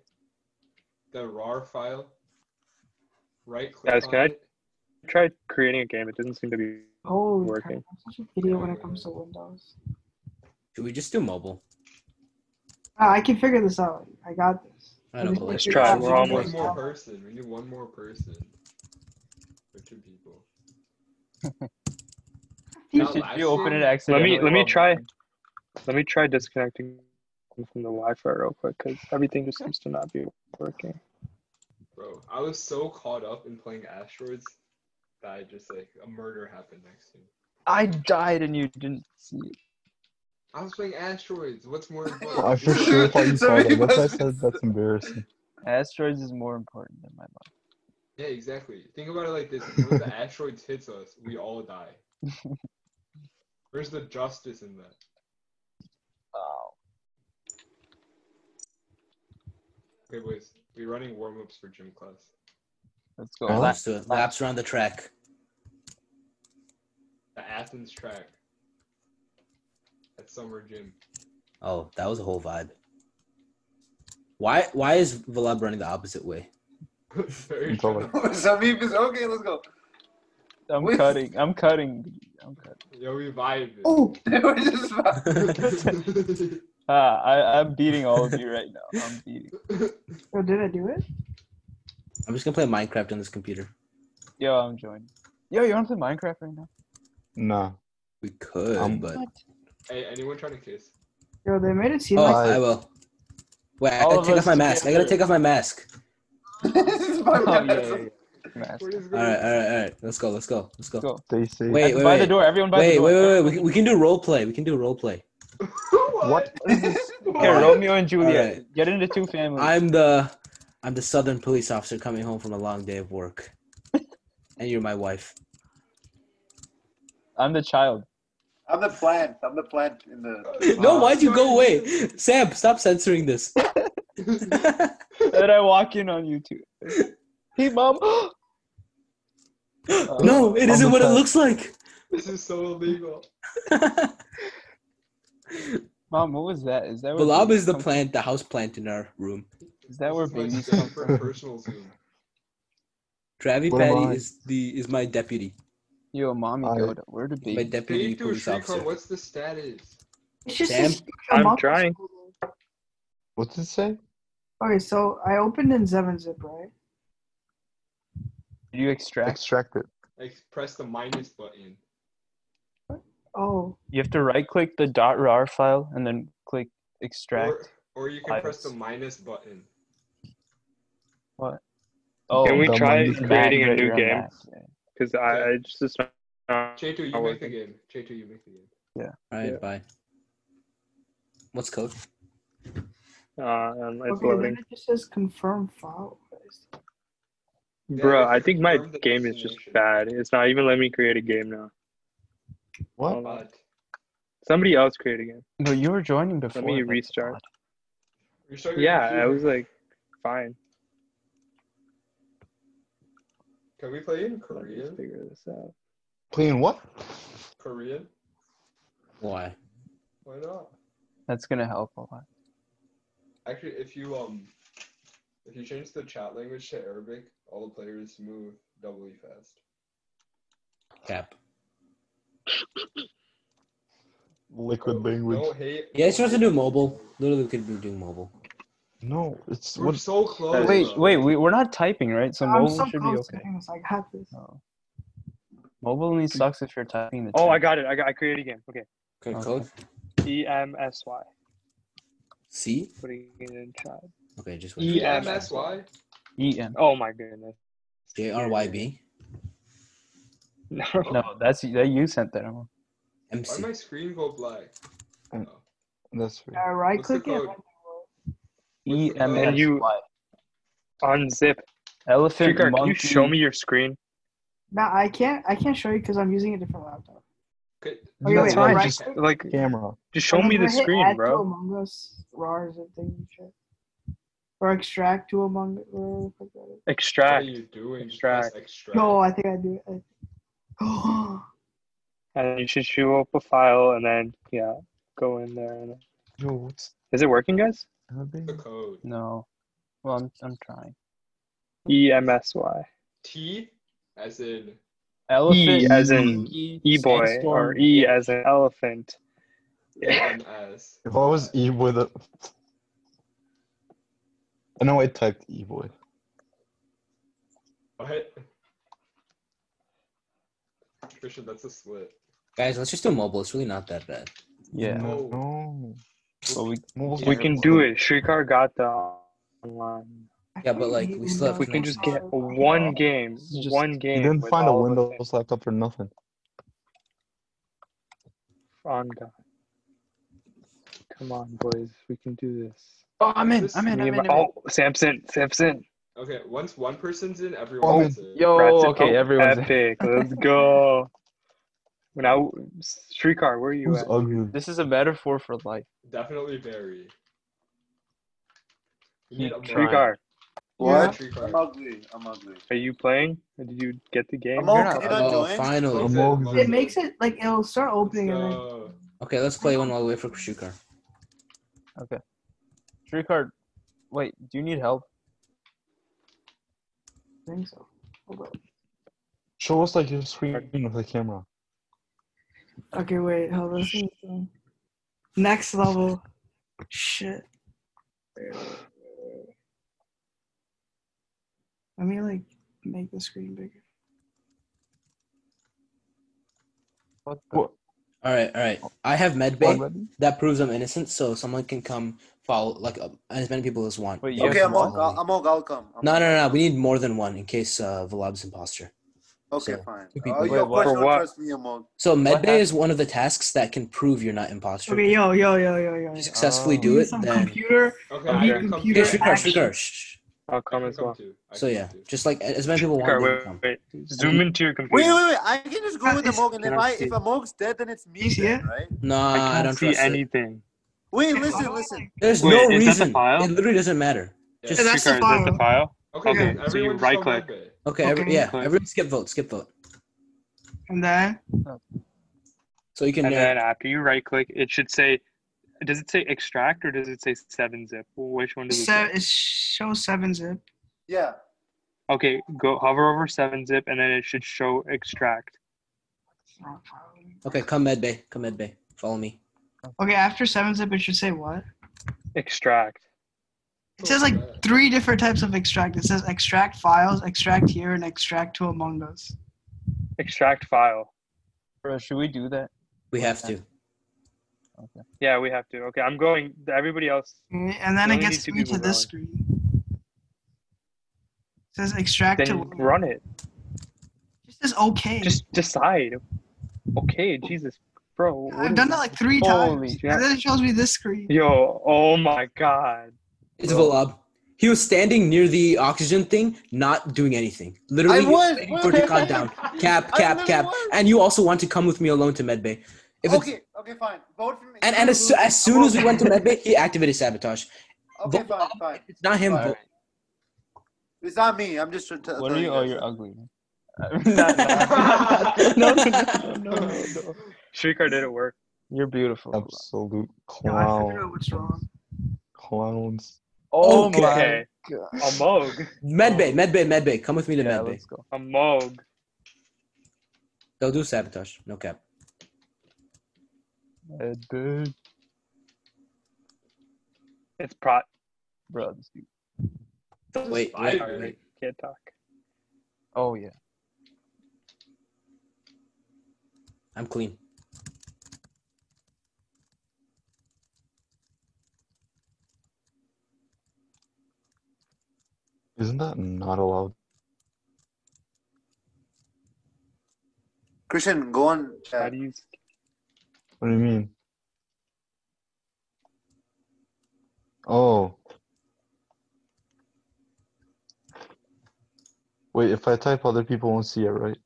The RAR file. Right click
Guys,
on
can I-
it.
I tried creating a game. It doesn't seem to be.
Holy crap.
Working.
I'm such an idiot when it comes to Windows.
Should we just do mobile?
Ah, I can figure this out. I got this.
I know,
just
but
need
let's
to
try.
figure
We're
out-
We need
almost-
one more person. We need one more person. Or two people.
You
Not
should-
last
you open
year?
it accidentally.
let me
while
try.
moving.
Let me try disconnecting from the Wi-Fi real quick because everything just seems to not be working.
Bro, I was so caught up in playing asteroids that I just like a murder happened next to me.
I died and you didn't see it.
I was playing asteroids. What's more important?
Well, I for sure thought you
So
saw
many
that. That's why I
buzzwords.
said that's embarrassing.
Asteroids is more important than my life.
Yeah, exactly. Think about it like this: when the asteroids hits us, we all die. Where's the justice in that?
Oh.
Okay, boys, we're running warm ups for gym class.
Let's go.
Huh?
Last
Laps, to it. laps around the track.
The Athens track at summer gym.
Oh, that was a whole vibe. Why? Why is Vlad running the opposite way?
Very
It's all like-
Samif is okay. Let's go.
I'm
Wait.
cutting. I'm cutting. I'm cutting.
Yo, we vibed.
Oh,
We're just
Ah, I, I'm beating all of you right now. I'm beating.
oh, did I do it?
I'm just gonna play Minecraft on this computer.
Yo, I'm joining. Yo, you want to play Minecraft right now?
Nah.
We could,
Um,
but
hey, anyone trying to kiss?
Yo, they made it seem
oh,
like
I will. Wait, I
All
gotta
of
take
us
off my mask. I gotta
together.
take off my mask.
this is my
Oh, yeah,
bad.
yeah, yeah. Mask.
What is
All
going
right, all right, all right. Let's go. Let's go. Let's go.
Go.
Stay safe.
Wait,
By the door. Everyone by the
Wait,
door.
wait, wait, wait. We, we can do role play. We can do role play.
what?
Okay, Romeo and Juliet.
Alright.
Get into two families.
I'm the, I'm the Southern police officer coming home from a long day of work, and you're my wife.
I'm the child.
I'm the plant. I'm the plant in the.
No, why'd you go away, Sam? Stop censoring this.
Then I walk in on you two. Hey, mom. Uh,
no, it isn't
the
what it
top.
looks like.
This is so illegal.
Mom, what was that? Is that where
Balab
babies
is the
come-
plant, the house plant in our room.
Is that where
This is my
babies
space
come
for
from?
personal Zoom.
Travi
What am
Patty
I?
is the is my deputy.
Yo, mommy,
I-
go to where do
He's my
babies?
deputy
Day two,
police
Shrikar,
officer.
what's the status?
it's just.
Sam?
this-
I'm
Amog-
trying.
What's it say?
Okay, so I opened in 7-Zip, right?
Did you extract?
Extract it.
Like, press the minus button.
Oh,
You have to right click the dot rar file and then click extract.
Or, or you can press the
Minus.
minus button.
oh,
Can we
the
try
menu
you're on
creating a
Mac,
new
you're on
game?
Mac, yeah.
Because I, I just uh, it's not- not.
J2, you
not
make the
working.
game. J2, you make the game.
All right,
Yeah.
bye. What's code?
Uh, um, it's
okay,
loading.
then it just says confirm file. What is that?
Yeah,
Bro,
it's
I think my
confirmed the
game is just
destination.
bad. It's not even letting me create a game now.
What?
Hold on.
But
Somebody else create a game.
No, you were joining before.
me
that's
restart.
odd.
you're starting
Yeah,
your
I was
computer.
like, fine.
Can we play in
Let me
Korean?
figure this out.
Playing what?
Korean?
Why?
Why not?
That's gonna help a lot.
Actually, if you um, if you change the chat language to Arabic, all the players move doubly fast.
Cap.
Liquid
Don't-
language.
Don't hate.
Yeah, he's supposed to do mobile. Literally, we could be doing mobile.
No, it's
We're
what
so close.
Wait,
though.
wait, we, we're not typing, right? So
I'm
mobile
so
should be
close
okay.
to this. I got this.
Oh. Mobile only sucks if you're typing the.
Oh, I
chat.
got it. I got. I created a game. Okay.
Okay,
Okay.
code.
E M S Y.
C.
Putting it in chat.
Okay, just wait.
E
for that.
M S Y.
EM.
Oh my goodness.
J R Y B
No.
No, that's that you sent that. Emma.
M
Why
C.
did my screen go black?
that's weird.
Uh, right
What's the
click it.
code?
E M
And
S
you-
Y.
Unzip.
Elephant
Shrikar,
monkey.
can you show me your screen?
Now I can't. I can't show you because I'm using a different laptop.
Okay.
Oh, yeah,
That's
wait,
why
right
just
click?
Like,
camera.
just show
And then
me the
when I hit
screen,
add To
bro.
Among Us, RAR is a thing and shit. Or extract to Among Us.
What are
Extract.
you doing? Just
Extract.
press Extract.
No, I think I do. it. I-
And you should show up a file and then, yeah, go in there. And...
Yo, what's
Is it working, guys?
The
happening?
code.
No. Well, I'm I'm trying.
E M S Y.
T, as in
Elephant
E as in
monkey,
E boy or
sandstorm.
E as an elephant.
M S.
If I was E boy, that. I know I typed E boy.
What? Christian, that's a slit.
Guys, let's just do mobile. It's really not that bad.
Yeah.
No.
No.
But we
Mobile
We
Yeah,
can
camera.
do it. Shrikar got the online.
I
Yeah, but,
fucking
like,
hate
we still have
If
Windows
we can just get
laptops.
one game,
This is just-
one
You
game.
didn't
with
find a
all of us
Windows laptop for nothing.
on God. Come on, boys. We can do this.
Oh, I'm in.
This
I'm in. I'm
Me and
in.
my-
I'm in.
oh, Samson, Samson.
Okay, once one person's in, everyone's in.
Rats-
Yo, okay,
oh,
everyone's in.
epic. Let's go. Now, Shrikar, where are you
Who's
at?
ugly?
This is a metaphor for life.
Definitely very. We
Keep
need a mod.
trying.
Shrikar,
What?
Tree
I'm
card.
ugly. I'm ugly.
are you playing? Did you get the game?
I'm all-
You're not
you
ugly.
know,
Oh,
doing?
finally.
Close
I'm all
close
good.
It makes it like it'll start opening and then
Let's go.
Okay, let's play one while we wait for Shukar.
Shrikar, wait, do you need help?
I think so. Hold up.
Show us like your screen with the camera.
Okay, wait. Hold on. see what's going on. Next level. Shit. Let me like make the screen bigger.
What the?
What?
All right, all right. I have medbay.
Already?
That proves I'm innocent, so someone can come follow like uh, as many people as want.
Wait, you
Those
Okay,
have
can
I'm all,
follow me.
I'm all welcome. I'm
No,
all-
no, no, no. We need more than one in case uh, Vallabh's imposter.
Okay,
So,
fine.
two people.
Oh,
Wait,
you of course
what?
you
For
don't
what?
trust me, Amog.
So
What
medbay is one of the tasks that can prove you're not imposter.
Okay, yo, yo, yo, yo, yo.
If
yo.
you successfully
Um,
Oh.
do it,
Some
then
computer.
Okay,
I need
I can come
computer
Yeah,
too.
Shrikar,
action.
Shrikar. shh.
I'll
I
come
can
as
come
well.
too. I
So
can
yeah,
come too.
just like as many people want,
Shrikar,
they can come.
wait, wait. Zoom into your
Wait,
computer.
wait, wait. I can just go
Uh,
with Amog, and if
it's-
I if Amog's dead, then it's me
You see
then, right?
Nah,
Uh, I
I
can't
don't
see
trust it.
anything.
Wait,
If
listen,
Amog,
listen.
like-
There's
Wait,
no
is that the
reason.
file?
It literally doesn't matter.
Yeah.
Yeah,
Just
that's the
Shrikar, is that the
file.
file?
Okay,
Okay.
then
So you
everyone just
right
go
click.
medbay.
okay. Every,
Okay.
yeah,
Click.
everyone skip vote. Skip vote.
And then
So you can uh,
And
know.
then after you right click, it should say, does it say extract or does it say 7-zip? Which one does it say?
se- it shows seven zip.
Yeah.
Okay, go hover over 7-zip and then it should show extract.
okay, come medbay. Come medbay. Follow me.
Okay, after seven zip, it should say what?
Extract.
It says like three different types of extract. It says extract files, extract here, and extract to Among Us.
Extract file.
Bro, should we do that?
We have to.
Yeah, we have to. Okay, I'm going. Everybody else.
Okay, And then
You
it
only
gets
need two
me to
people
this screen. It says extract to.
Then run it.
It says okay.
Just decide. Okay, Jesus, bro. what
I've
is-
done that like three
Holy
times.
yeah.
And then it shows me this screen.
Yo, oh my God.
It's
Bro.
Vallab. He was standing near the oxygen thing, not doing anything. Literally,
I
he was
was.
waiting for it to count down. Cap,
I
cap,
literally
cap.
was.
And you also want to come with me alone to medbay. If it's,
okay, okay, fine. Vote for me.
and and as, soo- as soon as we went to medbay, he activated sabotage.
Okay,
vote-
fine, fine.
It's not him.
All
vote.
It's not me. I'm just t- t-
What are
telling
you? Oh,
guys.
you're ugly. Not- not-
no,
no, no, no.
Shrikar did it work.
You're beautiful. Kulon.
Absolute
Yeah, I figured out
clown.
what's wrong.
Clowns.
Oh
Okay.
my god.
A Moog.
Medbay, Medbay, Medbay. Come with me to
Yeah,
Medbay.
let's go.
A Moog.
They'll do sabotage. No cap.
Ed, dude.
It's Prat.
Bro, this dude.
Wait, wait, wait.
Can't talk.
Oh yeah.
I'm clean.
Isn't that not allowed?
Christian, go on.
How
Chat.
do you s-
What do you mean? Oh. Wait, if I type other people won't see it, right?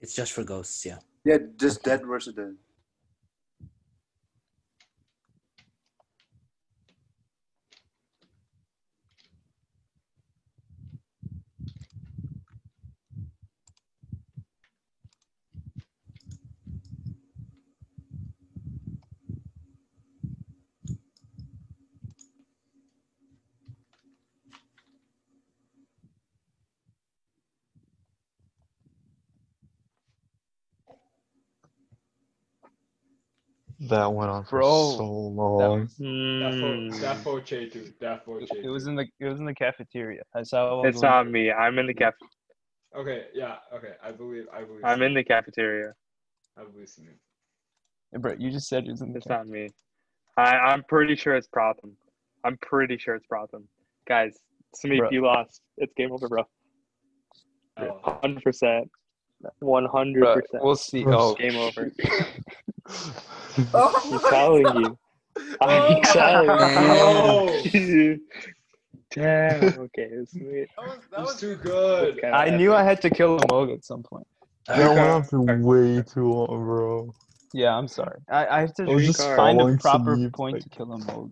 It's just for ghosts, yeah.
Yeah, just dead versus dead.
That went on for
Bro,
so long.
Hmm.
Defo,
Mm.
defo Chetu, defo
It,
Chetu.
it was in the it was in the cafeteria. I saw.
It's not me. I'm in the caf.
Okay, yeah, okay. I believe, I believe.
I'm in
Sumit.
the cafeteria.
I believe Sumit.
Bro, you just said it was in the.
It's
caf-
not me. I, I'm pretty sure it's Protham. I'm pretty sure it's Protham. Guys, Sameep,
Bro.
you lost. It's game over, bro.
Oh,
100%. 100%.
Bro, we'll see. Oh,
game over. I'm
Oh
telling you. I'm
Oh,
Oh,
no!
telling you. Damn. Okay, sweet.
that was, that
He's
was,
too good.
I knew I had to kill a Moog at some point.
That went on for way too long, bro.
Yeah, I'm sorry. I, I have to
I was just
find
following
a proper
Sandeep,
point
like-
to kill a Moog.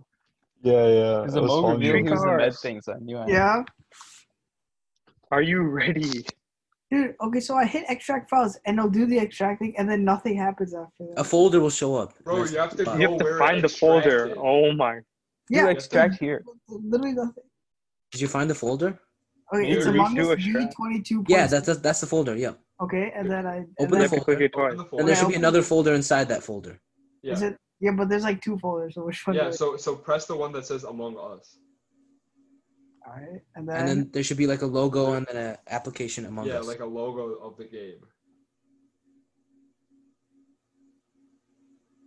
Yeah, yeah.
Because
I
the
was
Moog
following you.
revealed he was in med
Cars.
things. I knew I had
Yeah.
Are you ready?
Dude, okay, so I hit extract files and it'll do the extracting and then nothing happens after that.
A folder will show up.
Bro, you have to
File.
You have
Oh,
to
we're
find the folder.
extracted.
Oh my.
You
yeah,
extract here.
literally nothing.
Did you find the folder?
Okay,
You
it's
redo
Among Us
extract.
D22.
Yeah, that's that's, that's the folder. Yeah.
Okay, and then I. and
Open
You
the
then-
have to click
folder.
it twice.
Open the
And
folder.
there should be another folder inside that folder.
Yeah.
Is it? Yeah, but there's like two folders, so which one?
Yeah,
do I-
so so press the one that says Among Us.
Alright, and then,
And then there should be like a logo and then an application among
yeah,
us.
like a logo of the game.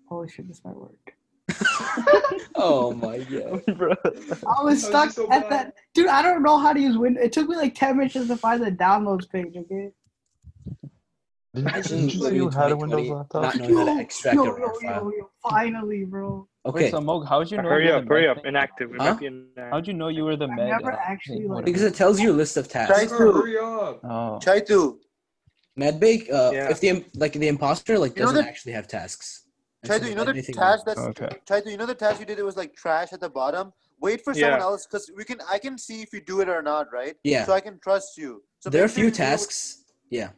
holy shit, this might work.
oh my god.
Bro.
I was
Oh,
stuck
this is so
at
bad.
that. Dude, I don't know how to use Windows. It took me like 10 minutes just to find the downloads page, okay?
Didn't,
Imagine
didn't you say
living
you
in
had a
2020
Windows laptop?
not knowing how to extract
yo,
a
yo,
RAR file.
yo, yo, finally, bro.
Okay,
Wait, so Moog, how'd you know?
Hurry
you were
up,
the
hurry
med
up.
thing?
Inactive. It
Huh?
might be inactive.
How'd you know you were the
I
med?
never
uh,
actually,
thing,
like-
whatever.
because it tells you a list of
Try
tasks.
Scar,
to-
hurry up.
Oh.
Chai tu.
Medbay, uh,
Yeah.
if the im- like the imposter like
You know
doesn't
that-
actually have tasks. And
Chai
so
tu, you know the
anything-
task that's
Okay.
Chai tu, you know the task you did it was like trash at the bottom. Wait for
Yeah.
someone else because we can I can see if you do it or not, right?
Yeah.
So I can trust you. So
there are a
make sure
few
you do-
tasks. Yeah.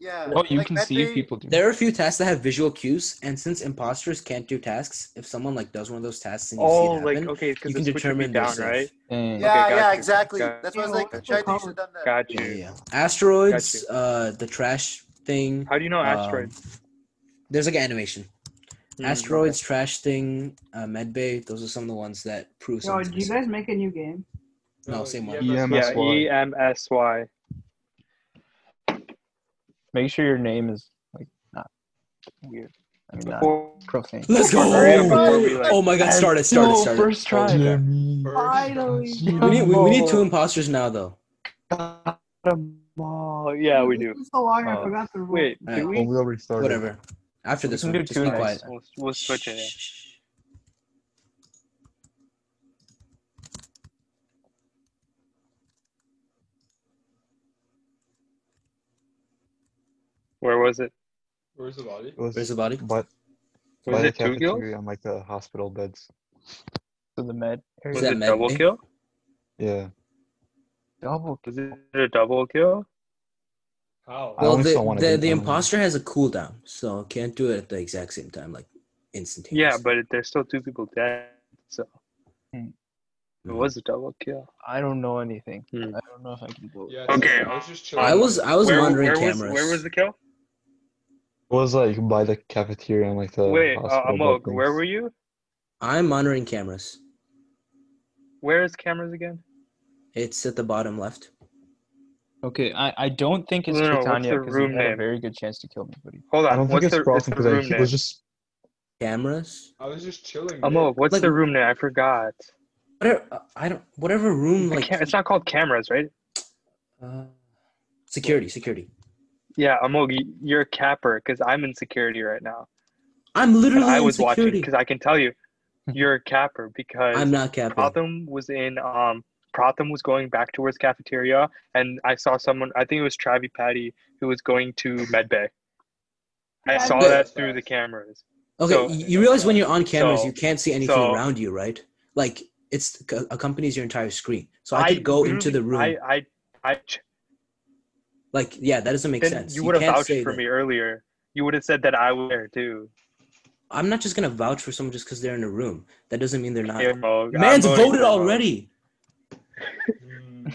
Yeah.
Oh, you
Like,
can
that
see
way-
if people do.
There are a few tasks that have visual cues, and since imposters can't do tasks, if someone like does one of those tasks and you
Oh,
see it
like
happen,
okay, because
you can
the switch would be
determine they're
down,
safe.
right?
Dang.
Yeah,
Okay, got
yeah,
you.
exactly.
Got
That's why I was
you.
like, Chai tu, you should have done that.
Got
Yeah,
you.
yeah, yeah. Asteroids, uh, the trash thing.
How do you know
um,
asteroid?
there's like an animation.
Hmm.
Asteroids, trash thing, uh, medbay. Those are some of the ones that prove
Yo, did
something.
you guys make a new game?
No, same one.
EMS.
EMS.
Yeah,
MSY.
E M S Y.
Make sure your name is like not weird. I mean, not
Before,
profane.
Let's go!
hurry up before we like.
Oh my god, start it, start it, start it.
first try.
Jimmy.
First-
Finally.
We need, we, we need
No.
two imposters now, though.
Oh yeah, we do.
It was so long, I
Oh.
forgot the rule.
Wait,
Yeah.
do
Oh,
we?
we already started.
Whatever. After this
can
one,
do
just
two
be
next.
quiet.
We'll, we'll switch it.
Shh, shh, shh.
Where was it?
Where's the body?
It was,
Where's the body?
but
Was
by the
it two kills?
cafeteria and like the hospital beds.
To the med.
Was
that
it
med
double
bay?
kill?
Yeah.
Double.
Was it a double kill?
How?
I
Well,
only
the,
saw one, I
the,
didn't
the
count it.
imposter has a cooldown, so can't do it at the exact same time. Like, instantaneous.
Yeah, but it- there's still two people dead, so
Hmm.
it
Mhm.
was a double kill.
I don't know anything.
Hmm.
I don't know if I can vote.
Yeah.
Okay,
I was just chilling.
I was I was
Where-
monitoring
where
cameras.
where was the kill?
It was like by the cafeteria and like the
Wait, uh,
hospital
Amog,
buildings.
where were you?
I'm monitoring cameras.
Where is cameras again?
It's at the bottom left.
Okay, I, I don't think it's
No, no, what's
Titania
the
because
room
he had a
name?
very good chance to kill me, but he
Hold on.
I don't think
what's
it's
the,
brought
it's
up
the
today.
room
He
name?
was just
Cameras?
I was just chilling.
Amog,
Nick.
what's
Like-
the room name? I forgot.
Whatever uh, I don't whatever room
The
like
ca- it's not called cameras, right?
uh, security security.
Yeah, Amog, y- you're a capper because I'm in security right now.
I'm
And
literally
I
in
was watching
security.
because I can tell you, you're a capper because
I'm not capping.
Protham was in um Protham was going back towards cafeteria and I saw someone I think it was Travi Patty who was going to medbay. I
Yeah,
saw
but-
that through the cameras.
Okay,
so-
y- you realize when you're on cameras,
so-
you can't see anything
so-
around you, right? Like it's c- accompanies your entire screen. So I
I
could go into
literally-
the room.
I I, I
like yeah, that doesn't make
then
sense.
you would have
can't
vouched
say
for
that.
me earlier. You would have said that I was there too.
I'm not just gonna vouch for someone just because they're in a room. That doesn't mean they're not.
Here, Moog, I'm
Man's
voting
voted
for Moog.
already.
Hmm.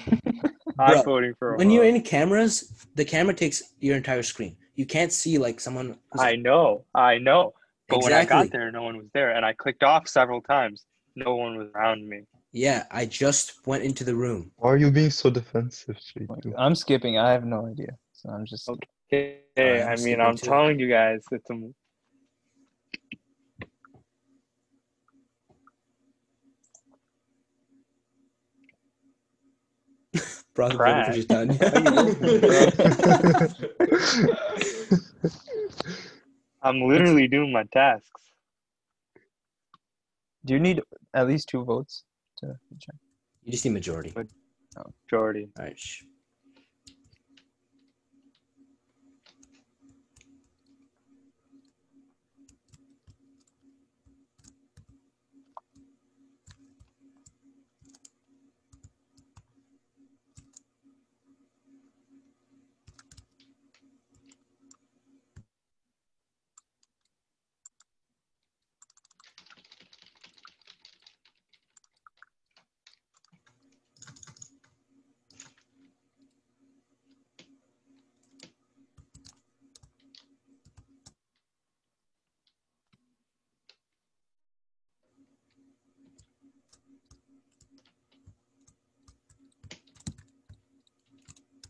I'm
Bruh,
voting for
When you're
Moog.
in cameras, the camera takes your entire screen. You can't see like someone. who's-
I know, I know. But when I
Exactly.
got there, no one was there, and I clicked off several times. No one was around me.
Yeah, I just went into the room.
why are you being so defensive,
Like,
Shitu?
I'm skipping. I have no idea. So I'm just.
Okay. Hey,
Alright, I'm
I mean,
skipping
I'm
too.
telling you guys, it's a
Brother
Pratt.
voted for Jitanya.
Bro.
I'm literally doing my tasks.
Do you need at least two votes to check?
you just need majority.
Jordy,
All right. Shh.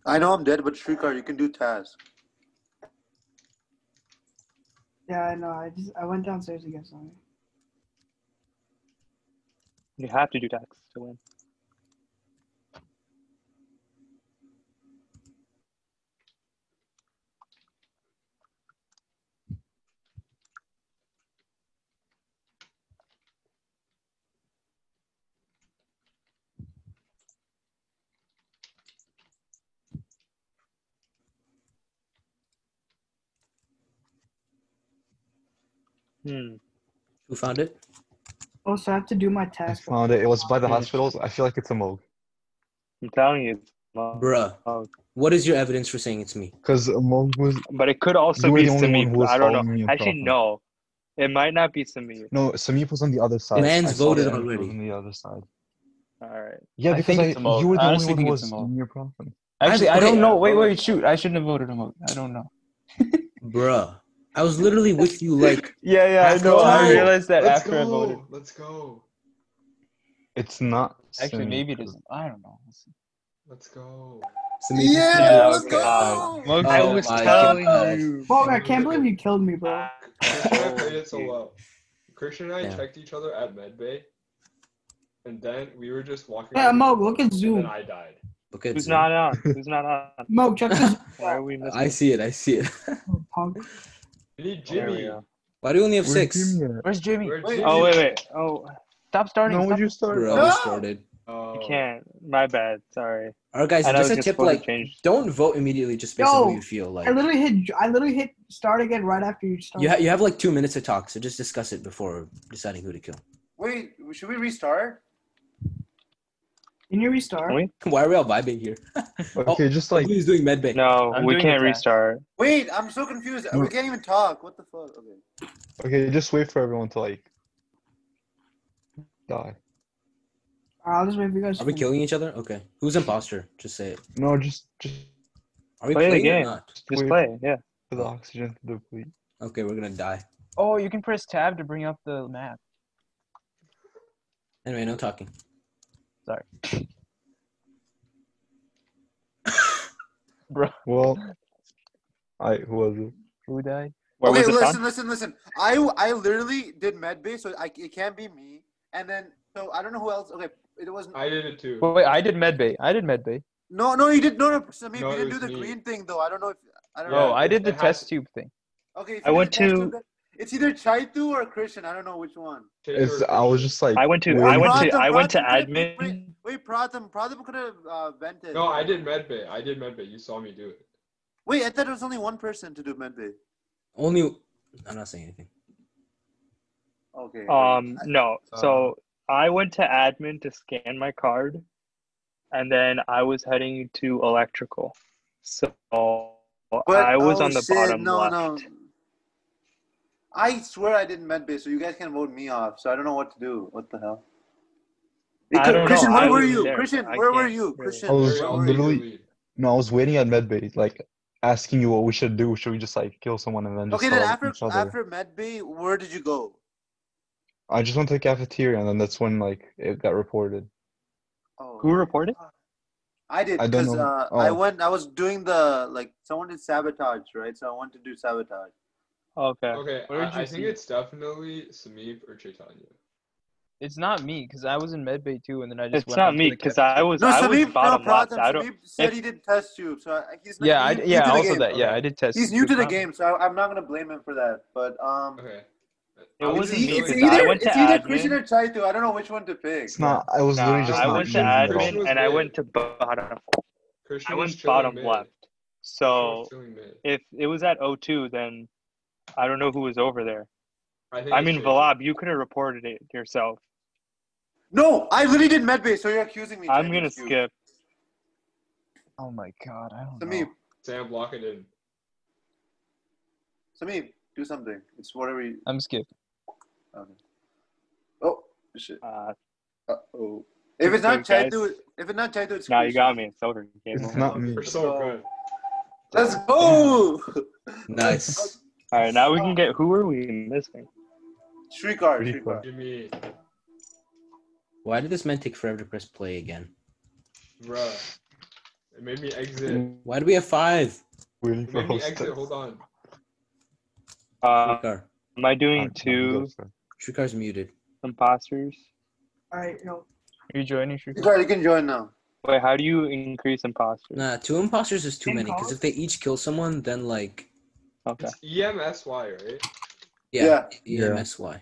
I know I'm dead, but Shrikar, you can do tasks.
Yeah, I know. I just I went downstairs to get something.
you have to do tasks to win. Hmm.
Who found it?
Oh, so I have to do my
I
task.
found it. It was by the
Mm.
hospitals. I feel like it's a Moog.
I'm telling you, it's Mo-
Bruh.
Moog.
What is your evidence for saying it's me?
Because Moog was.
But it could also
You were
be
the only one
Sami.
who was
I don't
following me
know.
in
Actually,
Protham.
no. It might not be Sami.
No, Samip was on the other side.
Man's
I saw
voted
Samip was
already.
on the other side.
All right.
Yeah,
I
because
think
I,
it's a Moog.
you were the
I
only
honestly
one who
think it's a
was
Moog.
near Protham.
Actually, I,
okay.
don't know. Wait,
Probably.
wait, shoot. I shouldn't have voted him out. I don't know.
Bruh. I was literally with you like
Yeah, yeah,
Half the time.
that
Let's go. Let's go.
It's not.
Actually,
Samip.
maybe it isn't. I don't know. Let's see.
Let's go.
Samir just
Yeah,
did it.
let's
okay.
go.
Moog-
I
Oh
was
my
telling
God.
you.
Bro, I can't believe you killed me, bro.
Christian and I played it so
Dude.
well. Christian and I
Yeah.
checked each other at medbay, and then we were just walking.
Yeah,
around the
Moog, look at
And then
Zoom.
I died.
Look at
Who's
Zoom.
not on? Who's not on?
Moog, check this.
Why are we missing?
I see it. I see it.
Oh, punk.
We need
Oh, There we
Jimmy.
go.
Why do you only have
Where's
six?
Jimmy at?
Where's Jimmy?
Where's
Wait,
Jimmy?
Oh wait, wait. Oh, stop starting.
No,
stop.
would you start?
Bro,
No!
we started.
Oh.
You can't. My bad. Sorry.
All right, guys.
And I
Just
was
a
just
tip,
supposed to
like,
change.
don't vote immediately just based on
Yo,
who you feel like.
I literally hit. I literally hit start again right after you started.
You ha- you have like two minutes to talk, so just discuss it before deciding who to kill.
Wait, should we restart?
Can you restart?
Can we?
Why are we all vibing here?
Okay, just like
Who's doing medbay?
No,
I'm
we
doing
can't
it back.
restart.
Wait, I'm so confused. We can't even talk. What the fuck? Okay.
okay, just wait for everyone to like die.
I'll just wait for you guys.
Are
to
we
finish.
killing each other? Okay. Who's imposter? Just say it.
No, just just
Are we
Play the
playing or
game.
not?
Just
Wait.
play. Yeah.
for the oxygen to deplete.
Okay, we're gonna die.
Oh, you can press tab to bring up the map.
Anyway, no talking.
Sorry. Bro,
Well, I who was it?
who died?
Where
okay,
was it
listen,
on?
listen, listen. I I literally did med bay, so I, it can't be me. And then so I don't know who else. Okay, it was
I did it too.
Wait, wait, I did medbay. I did medbay.
no, no. You did no, no. Samir,
No,
you
it
didn't do
was
the
me.
green thing though. I don't know if I don't
Yeah.
Oh,
know.
I did the
it has-
test tube thing.
Okay, if
I
you
went
did that,
to-
then It's either Chaitu or Christian. I don't know which one.
Taser
It's
or
I was
Christian?
just like
I went to.
wait.
I went to.
Pratham,
I went to
Pratham could've- wait,
admin.
Wait, Pratham. Pratham could have uh, vented.
No, I did medbay. I did medbay. You saw me do it.
Wait, I thought it was only one person to do med bay.
Only I'm not saying anything.
Okay.
Um,
I-
no. So I went to admin to scan my card, and then I was heading to electrical. So
But-
I was
oh,
on the
shit,
bottom
no,
left.
No. I swear I did med bay, so you guys can vote me off. So I don't know what to do. What the hell?
I
Cri-
don't know,
Christian,
I
where were
was
you?
there,
Christian,
but I
where were
can't
you?
really-
Christian,
I was
where
I'll
were
take
you?
the
literally-
lead.
no, I was waiting at medbay, like asking you what we should do. Should we just like kill someone and then just
Okay, then
all
after
each other?
after med bay, where did you go?
I just went to the cafeteria and then that's when like it got reported.
Oh,
Who reported?
I did
I don't
because
know.
uh, I
Oh.
went. I was doing the like someone did sabotage, right? So I wanted to do sabotage.
Okay.
Okay,
Where did
I,
you
I think
see
it's definitely Sameep or Chaitanya.
It's not me because I was in medbay too, and then I just.
It's
went
not
up
me
to the
because
cap-
I was.
No,
I was
Samib, no,
bottom left.
Pratham.
I don't.
Samib said
if-
he did test tube, so I- he's not,
Yeah, I,
he's new
yeah,
to the
also
game.
that. Yeah, I did test.
He's new to
It's
the
not-
game, so I, I'm not gonna blame him for that. But um,
Okay.
It
I was
wasn't
just
me,
really-
it's
because I
either
went to
it's either
admin.
Christian or Chaitu. I don't know which one to pick.
It's not. I was literally
Nah,
just
I
not
went to
moving at all.
Christian
admin
was
and I
mid.
went to bottom.
Christian
I
was
went
chilling
bottom
mid.
left.
Christian was
So
chilling mid.
if it was at 02, then I don't know who was over there.
I think
I
it's
mean,
Chaitanya.
Valab, you could have reported it yourself.
No, I literally did medbay, so you're accusing me.
I'm
Chaitu,
gonna
too.
skip.
Oh my god, I don't
Oh,
Samib,
know.
Sam, lock it in.
Samib, do something. It's whatever. You,
I'm skipping.
okay. Oh shit.
Uh,
Uh-oh. If it's not
Okay, guys.
Chaitu, if it's not Chaitu, it's
now you got
Christian.
me. It's over. Game
It's
over.
not me.
We're so good.
Let's go.
Nice.
All right, now we can get. Who are we missing?
Shrikar,
Shrikar.
Shrikar.
Jimmy,
Why did this man take forever to press play again?
bruh. It made me exit.
Why do we have five?
Waiting
It
for
made me
host.
exit. Hold on.
Uh,
Shrikar.
am I
Alright,
doing
no, you go
two
first.
Shrikar's muted.
imposters?
All right, yo.
Are you joining? Shrika?
Shrikar, you can join now.
Wait, how do you increase imposters?
Nah, two imposters is too
In
many. Because
college?
if they each kill someone, then like
Okay.
It's E EMSY, right?
yeah, E
Yeah.
EMSY.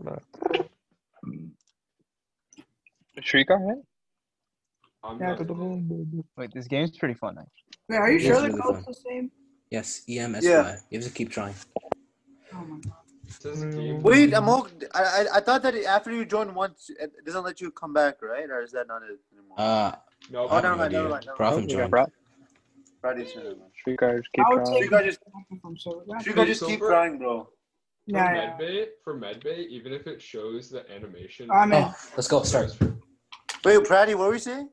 No.
Shrika, right?
I'm
Yeah,
not in it.
Wait, this game's pretty fun. Actually.
Wait, are you
It's
sure the
really
code's
fun.
the same?
Yes, E EMSY.
Yeah.
You have to keep trying.
Oh my god.
It says game.
Wait, Amok, I, I I thought that after you join once, it doesn't let you come back, right? Or is that not it anymore?
Uh,
No,
I
Oh,
but
never
don't know,
mind, never
dude.
mind, never
Protham
Oh, you got
joined.
bra-
Friday, Saturday, man.
Shrika, just keep
I would
trying.
take
You guys just-
from server. Yeah,
Shrikar, just
so
keep
for-
trying, bro.
for
yeah. yeah.
medbay, for medbay, even if it shows the animation,
I'm in.
Oh, let's go.
it
Start.
shows for,
Wait, Pratty, what were you saying?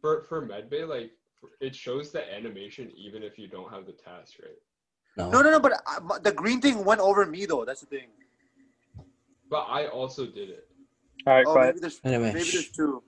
for for medbay, like it shows the animation even if you don't have the task, right?
No,
No.
no, no, but uh, m- the green thing went over me, though. That's the thing.
But I also did it.
All right,
Oh,
quiet.
maybe there's,
Anyway,
maybe
shh.
there's two.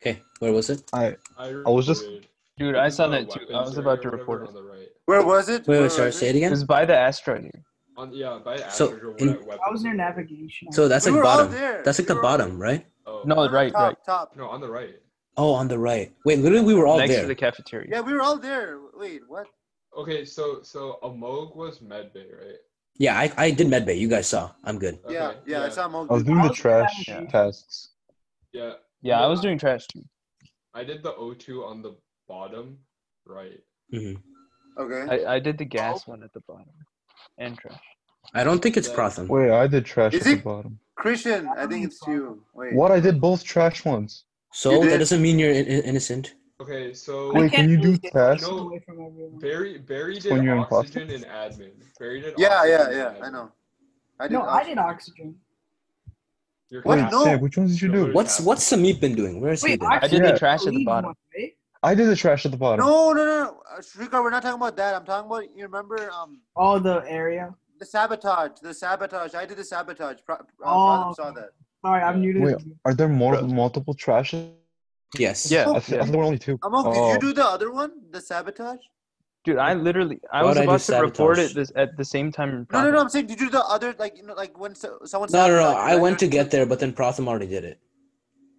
Okay, where was it?
I
I,
was just-
reported.
Dude,
This
I
is
saw
the
that too. I
weapons
was
area
about to
or whatever
report it.
on the right.
Where was it?
Wait,
Where
wait, sorry.
was
Say it
it?
It
again.
was by the asteroid. here.
On yeah, by
So,
asteroid
in-
weapons.
I was near
on the right.
navigation.
So that's
We
like
were all
bottom.
there.
That's like the
We were all-
bottom, right?
Oh
No,
No, no,
right,
top,
right.
top.
no, on the right.
Oh, on the right. Wait, literally, we were all
Next
there.
to the cafeteria.
Yeah, we were all there. wait, what?
Okay, so so Amog was medbay, right?
Yeah, I, I did medbay. You guys saw. I'm good.
Okay,
yeah, yeah, I saw Moog.
I was doing the trash
Yeah.
tests.
yeah.
Yeah, I was doing trash too.
I did the O2 on the bottom right.
hmm
Okay.
I, I did the gas one at the bottom. And trash.
I don't think it's
Yeah.
Protham.
Wait, I did trash
Is
at the
it-
bottom.
Christian, I think it's you. Wait.
What? I did both trash ones.
So
You
that
did?
doesn't mean you're in- in- innocent.
Okay, so
Wait, can you do tests?
No.
away from everyone.
Barry Barry did
when you're in
oxygen and admin. Barry did
Yeah,
oxygen
yeah,
and admin.
yeah. I know. I did.
No, I did oxygen.
You're
What?
Wait,
crap.
No.
Sam, which ones did you do?
What
What's
happened?
what's Samit been doing? Where's he
Wait,
been?
oxygen.
did the
trash at the
lead
bottom.
One, right?
I did the trash at the bottom.
No, no, no, uh, Shrikar, we're not talking about that. I'm talking about you remember um
All the area.
the sabotage, the sabotage. I did the sabotage. Pro, uh,
Oh,
Pratham saw
okay.
that.
Sorry, I'm new to
Wait,
this.
are there more
Bro.
multiple trashes?
Yes.
Yeah,
I, th- I
yeah.
thought there were only two.
Amok, did
Oh.
you do the other one, the sabotage?
Dude, I literally I
Why'd
was
I do
about to report
sabotage?
it this at the same time. in
No, no, no.
Protham.
I'm saying, did you do the other like you know like when so, someone?
No, no, no.
sabotaged you,
I
right?
went to get
There's two-
there, but then Protham already did it.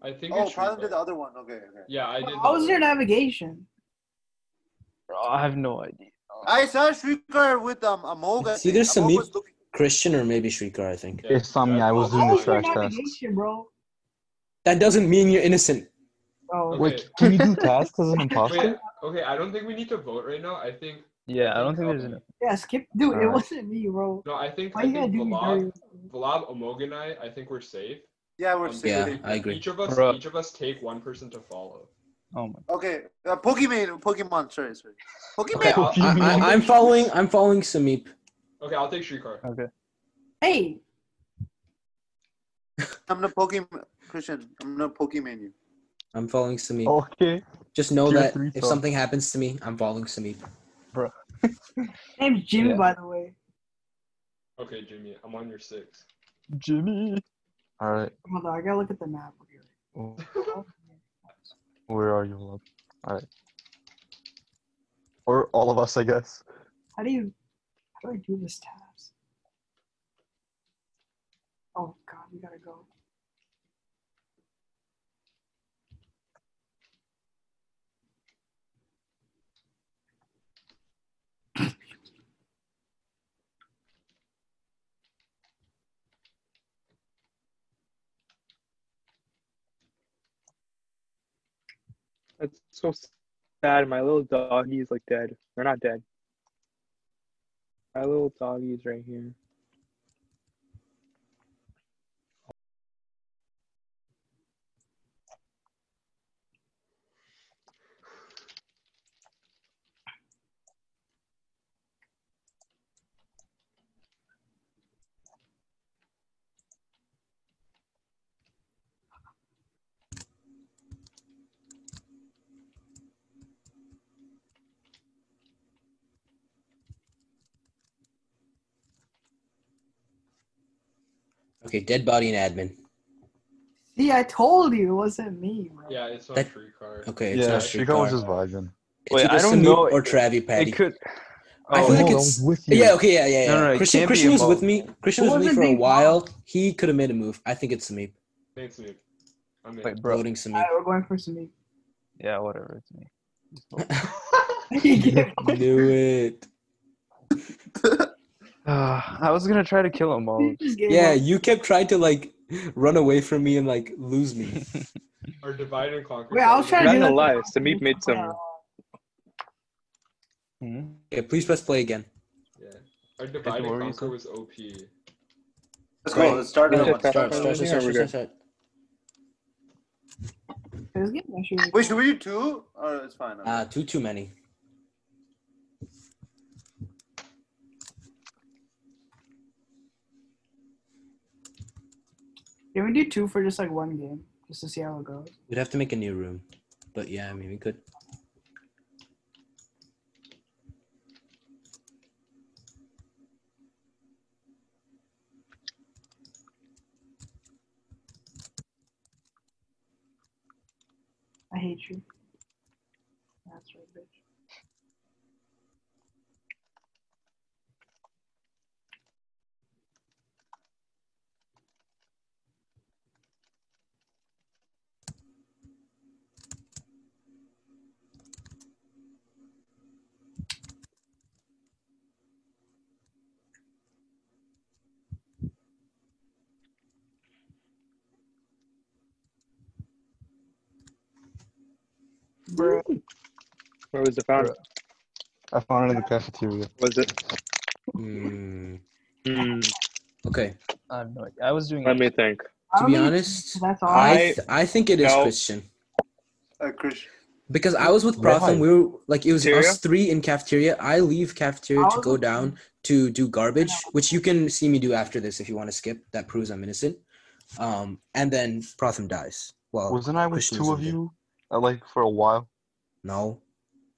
I think
Oh,
it's
Pratham did
Shrikar.
the other one. Okay, okay.
Yeah, I did.
How was
the-
your navigation?
Bro, I have no idea.
I saw Shrikar with um Amog. I
It's either
think. Amog
Samit-
was looking.
Christian or maybe Shrikar, I think.
Yeah,
It's something
that's
I was
all-
How
doing the
was your
trash tests.
navigation, bro?
That doesn't mean you're innocent.
Oh,
Okay.
Wait, can you do tasks as an
Wait,
imposter?
okay. I don't think we need to vote right now. I think
Yeah, I don't think there's
um,
enough.
yeah, skip. Dude, it
Alright.
wasn't me, bro.
no. I think
Why
I
you gotta
think
do me
Vlad,
dirty?
Vlad, Omog, and I. I think we're safe.
Yeah, we're
Um,
safe.
Yeah,
they-
I agree.
Each of us,
Bruh.
each of us take one person to follow.
Oh my.
Okay, uh, Pokemon, Pokemon, sorry, sorry. Pokemon.
Okay,
I'll-
I, I, I'm following. I'm following Samip.
Okay, I'll take Shrikar.
Okay.
Hey,
I'm not Pokemon, Christian. I'm not Pokemon you.
I'm following Samip.
Okay.
Just know
tier
that
Oh, three
if
thought.
something happens to me, I'm following Samip.
name's Jimmy,
Yeah.
by the way.
Okay, Jimmy, I'm on your six.
Jimmy.
All right.
Hold on, I gotta look at the map.
Where are you, love? All right. Or all of us, I guess.
How do you? How do I do this tabs? Oh God, we gotta go.
That's so sad. My little doggy's like dead. They're not dead. My little doggy's right here.
Okay, dead body and admin.
See, I told you it wasn't me, bro.
Yeah, it's not
That-
Shrikar.
Okay, it's
Yeah,
not
Shrika
Shrikar.
was just vibing.
It's
Wait,
either
I don't
Samip
know.
or Travi Patty.
It could.
I
Oh,
feel like
no, I
it's
was with you.
yeah, okay, yeah, yeah. yeah.
No, no, it
Christian,
can't be
Christian was with
involved.
me. Christian
Who
was with me
wasn't
for a
being
while. He could have made a move. I think it's Samip.
Thanks, Nick. I'm in.
wait, bro.
Voting Samip.
Alright, we're going for Samik.
Yeah, whatever. It's me.
He gave up.
Knew it.
Uh, I was gonna try to kill them
Oh.
all.
He just gave
Yeah,
up.
you kept trying to like run away from me and like lose me.
Or divide and conquer.
Wait, I was trying to
Not
do
gonna
that.
lie,
to-
Samik made some-
Hmm?
Okay, please press play again.
Yeah. Our divide
what
and
were you
conquer
saying?
was OP.
Let's go.
Right.
Let's start
No, no,
another one.
start, start,
Yeah,
start, start,
we're good.
start, start.
This game actually-
Wait, should we do two? Or it's fine. okay.
Uh, too, too many.
Can we do two for just like one game, just to see how it goes?
We'd have to make a new room, but yeah, I mean we could.
I hate you. That's right, bitch.
Bro.
Where was the fountain?
I found it in the cafeteria.
Was it?
Hmm.
Hmm,
Okay.
I have no idea. I was doing.
let me think.
I
To
don't
be
really-
honest,
That's all.
I
I,
th- I think it is
No.
Christian
Uh, Christian.
because I was with Prof and we were like it was
Cafeteria?
us three in cafeteria. I leave cafeteria
I
to
was
go
with-
down to do garbage, which you can see me do after this if you want to skip. That proves I'm innocent. Um, and then Protham dies. Well,
Wasn't I with
Christian
two
was
of
in there.
you? uh, Like for a while,
No.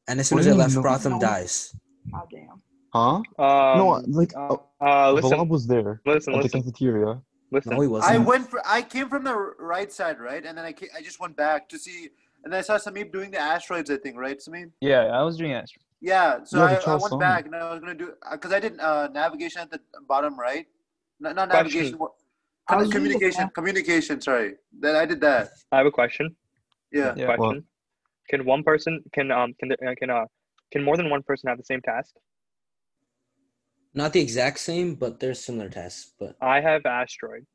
And as soon as
What do
I
you
left,
mean, no?
Protham dies.
goddamn.
huh?
Um,
no, like
uh,
uh,
uh,
Vlad
listen,
was there
listen,
at the
listen,
cafeteria.
listen.
No, he
I
wasn't.
went for I came from the r- right side, right, and then I ca- I just went back to see, and then I saw Sameep doing the asteroids. I think, right, Sameep?
Yeah, I was doing answer.
Yeah. So
Yeah, the
I, I
Charles
went
Song.
back and I was gonna do because I did uh, navigation at the bottom right, not, not
Question.
navigation. what-
I was doing the
communication,
math.
communication. Sorry, that I did that.
I have a question.
Yeah.
Yeah.
Question. Can one person can um can the- uh, can uh can more than one person have the same task?
Not the exact same, but they're similar tests. But
I have asteroid,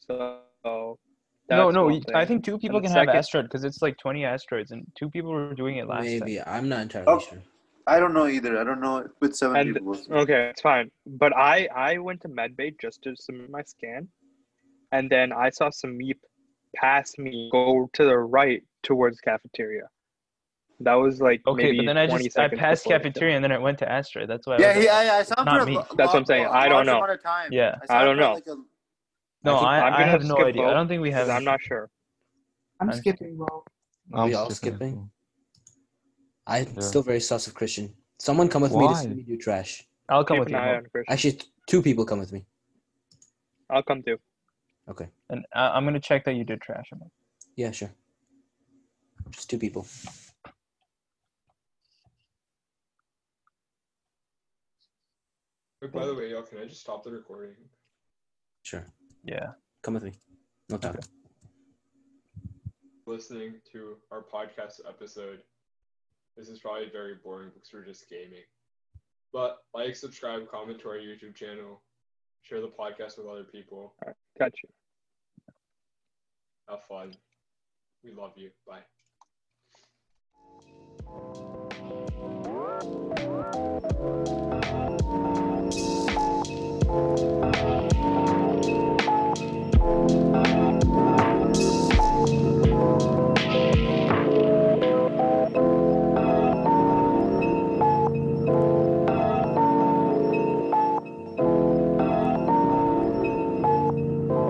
so that's
No, no.
one
y-
thing.
I think two people
the
can have
second-
asteroid because it's like 20 asteroids, and two people were doing it last time.
maybe I'm not entirely
Oh.
sure.
I don't know either. I don't know with seven
And- uh,
people.
Okay, it's fine. But I I went to medbay just to submit my scan, and then I saw Sameep pass me go to the right towards cafeteria. That was like
Okay,
maybe
but then I
20
just I
seconds
passed
before the-
cafeteria and then it went to asteroid. That's why. I
Yeah,
was
he,
like-
I, I saw him
Not
for a
me.
lo-
That's what I'm saying.
lo-
I don't
large
know.
amount of time.
Yeah.
saw
I
him
don't
for
know.
like a-
no,
I think I'm
I, I
gonna
have no
skip
idea. I
vote,
don't think we have.
Because I'm not sure.
I'm
I'm-
skipping, bro.
I'm
we all
skipping.
skipping?
too.
I'm
Yeah.
still very sus of Christian. Someone come with me to
Why?
see me do trash.
I'll come
Keep
with
an
you,
eye
Mo,
on Christian.
Actually, th- two people come with me.
I'll come too.
Okay.
and I, I'm gonna check that you did trash him.
Yeah, sure. Just two people.
Wait, by the way, y'all, can I just stop the recording?
Sure.
Yeah.
Come with me. No talk.
Listening to our podcast episode. This is probably very boring because we're just gaming. But like, subscribe, comment to our YouTube channel, share the podcast with other people.
Got you.
Have fun. We love you. Bye.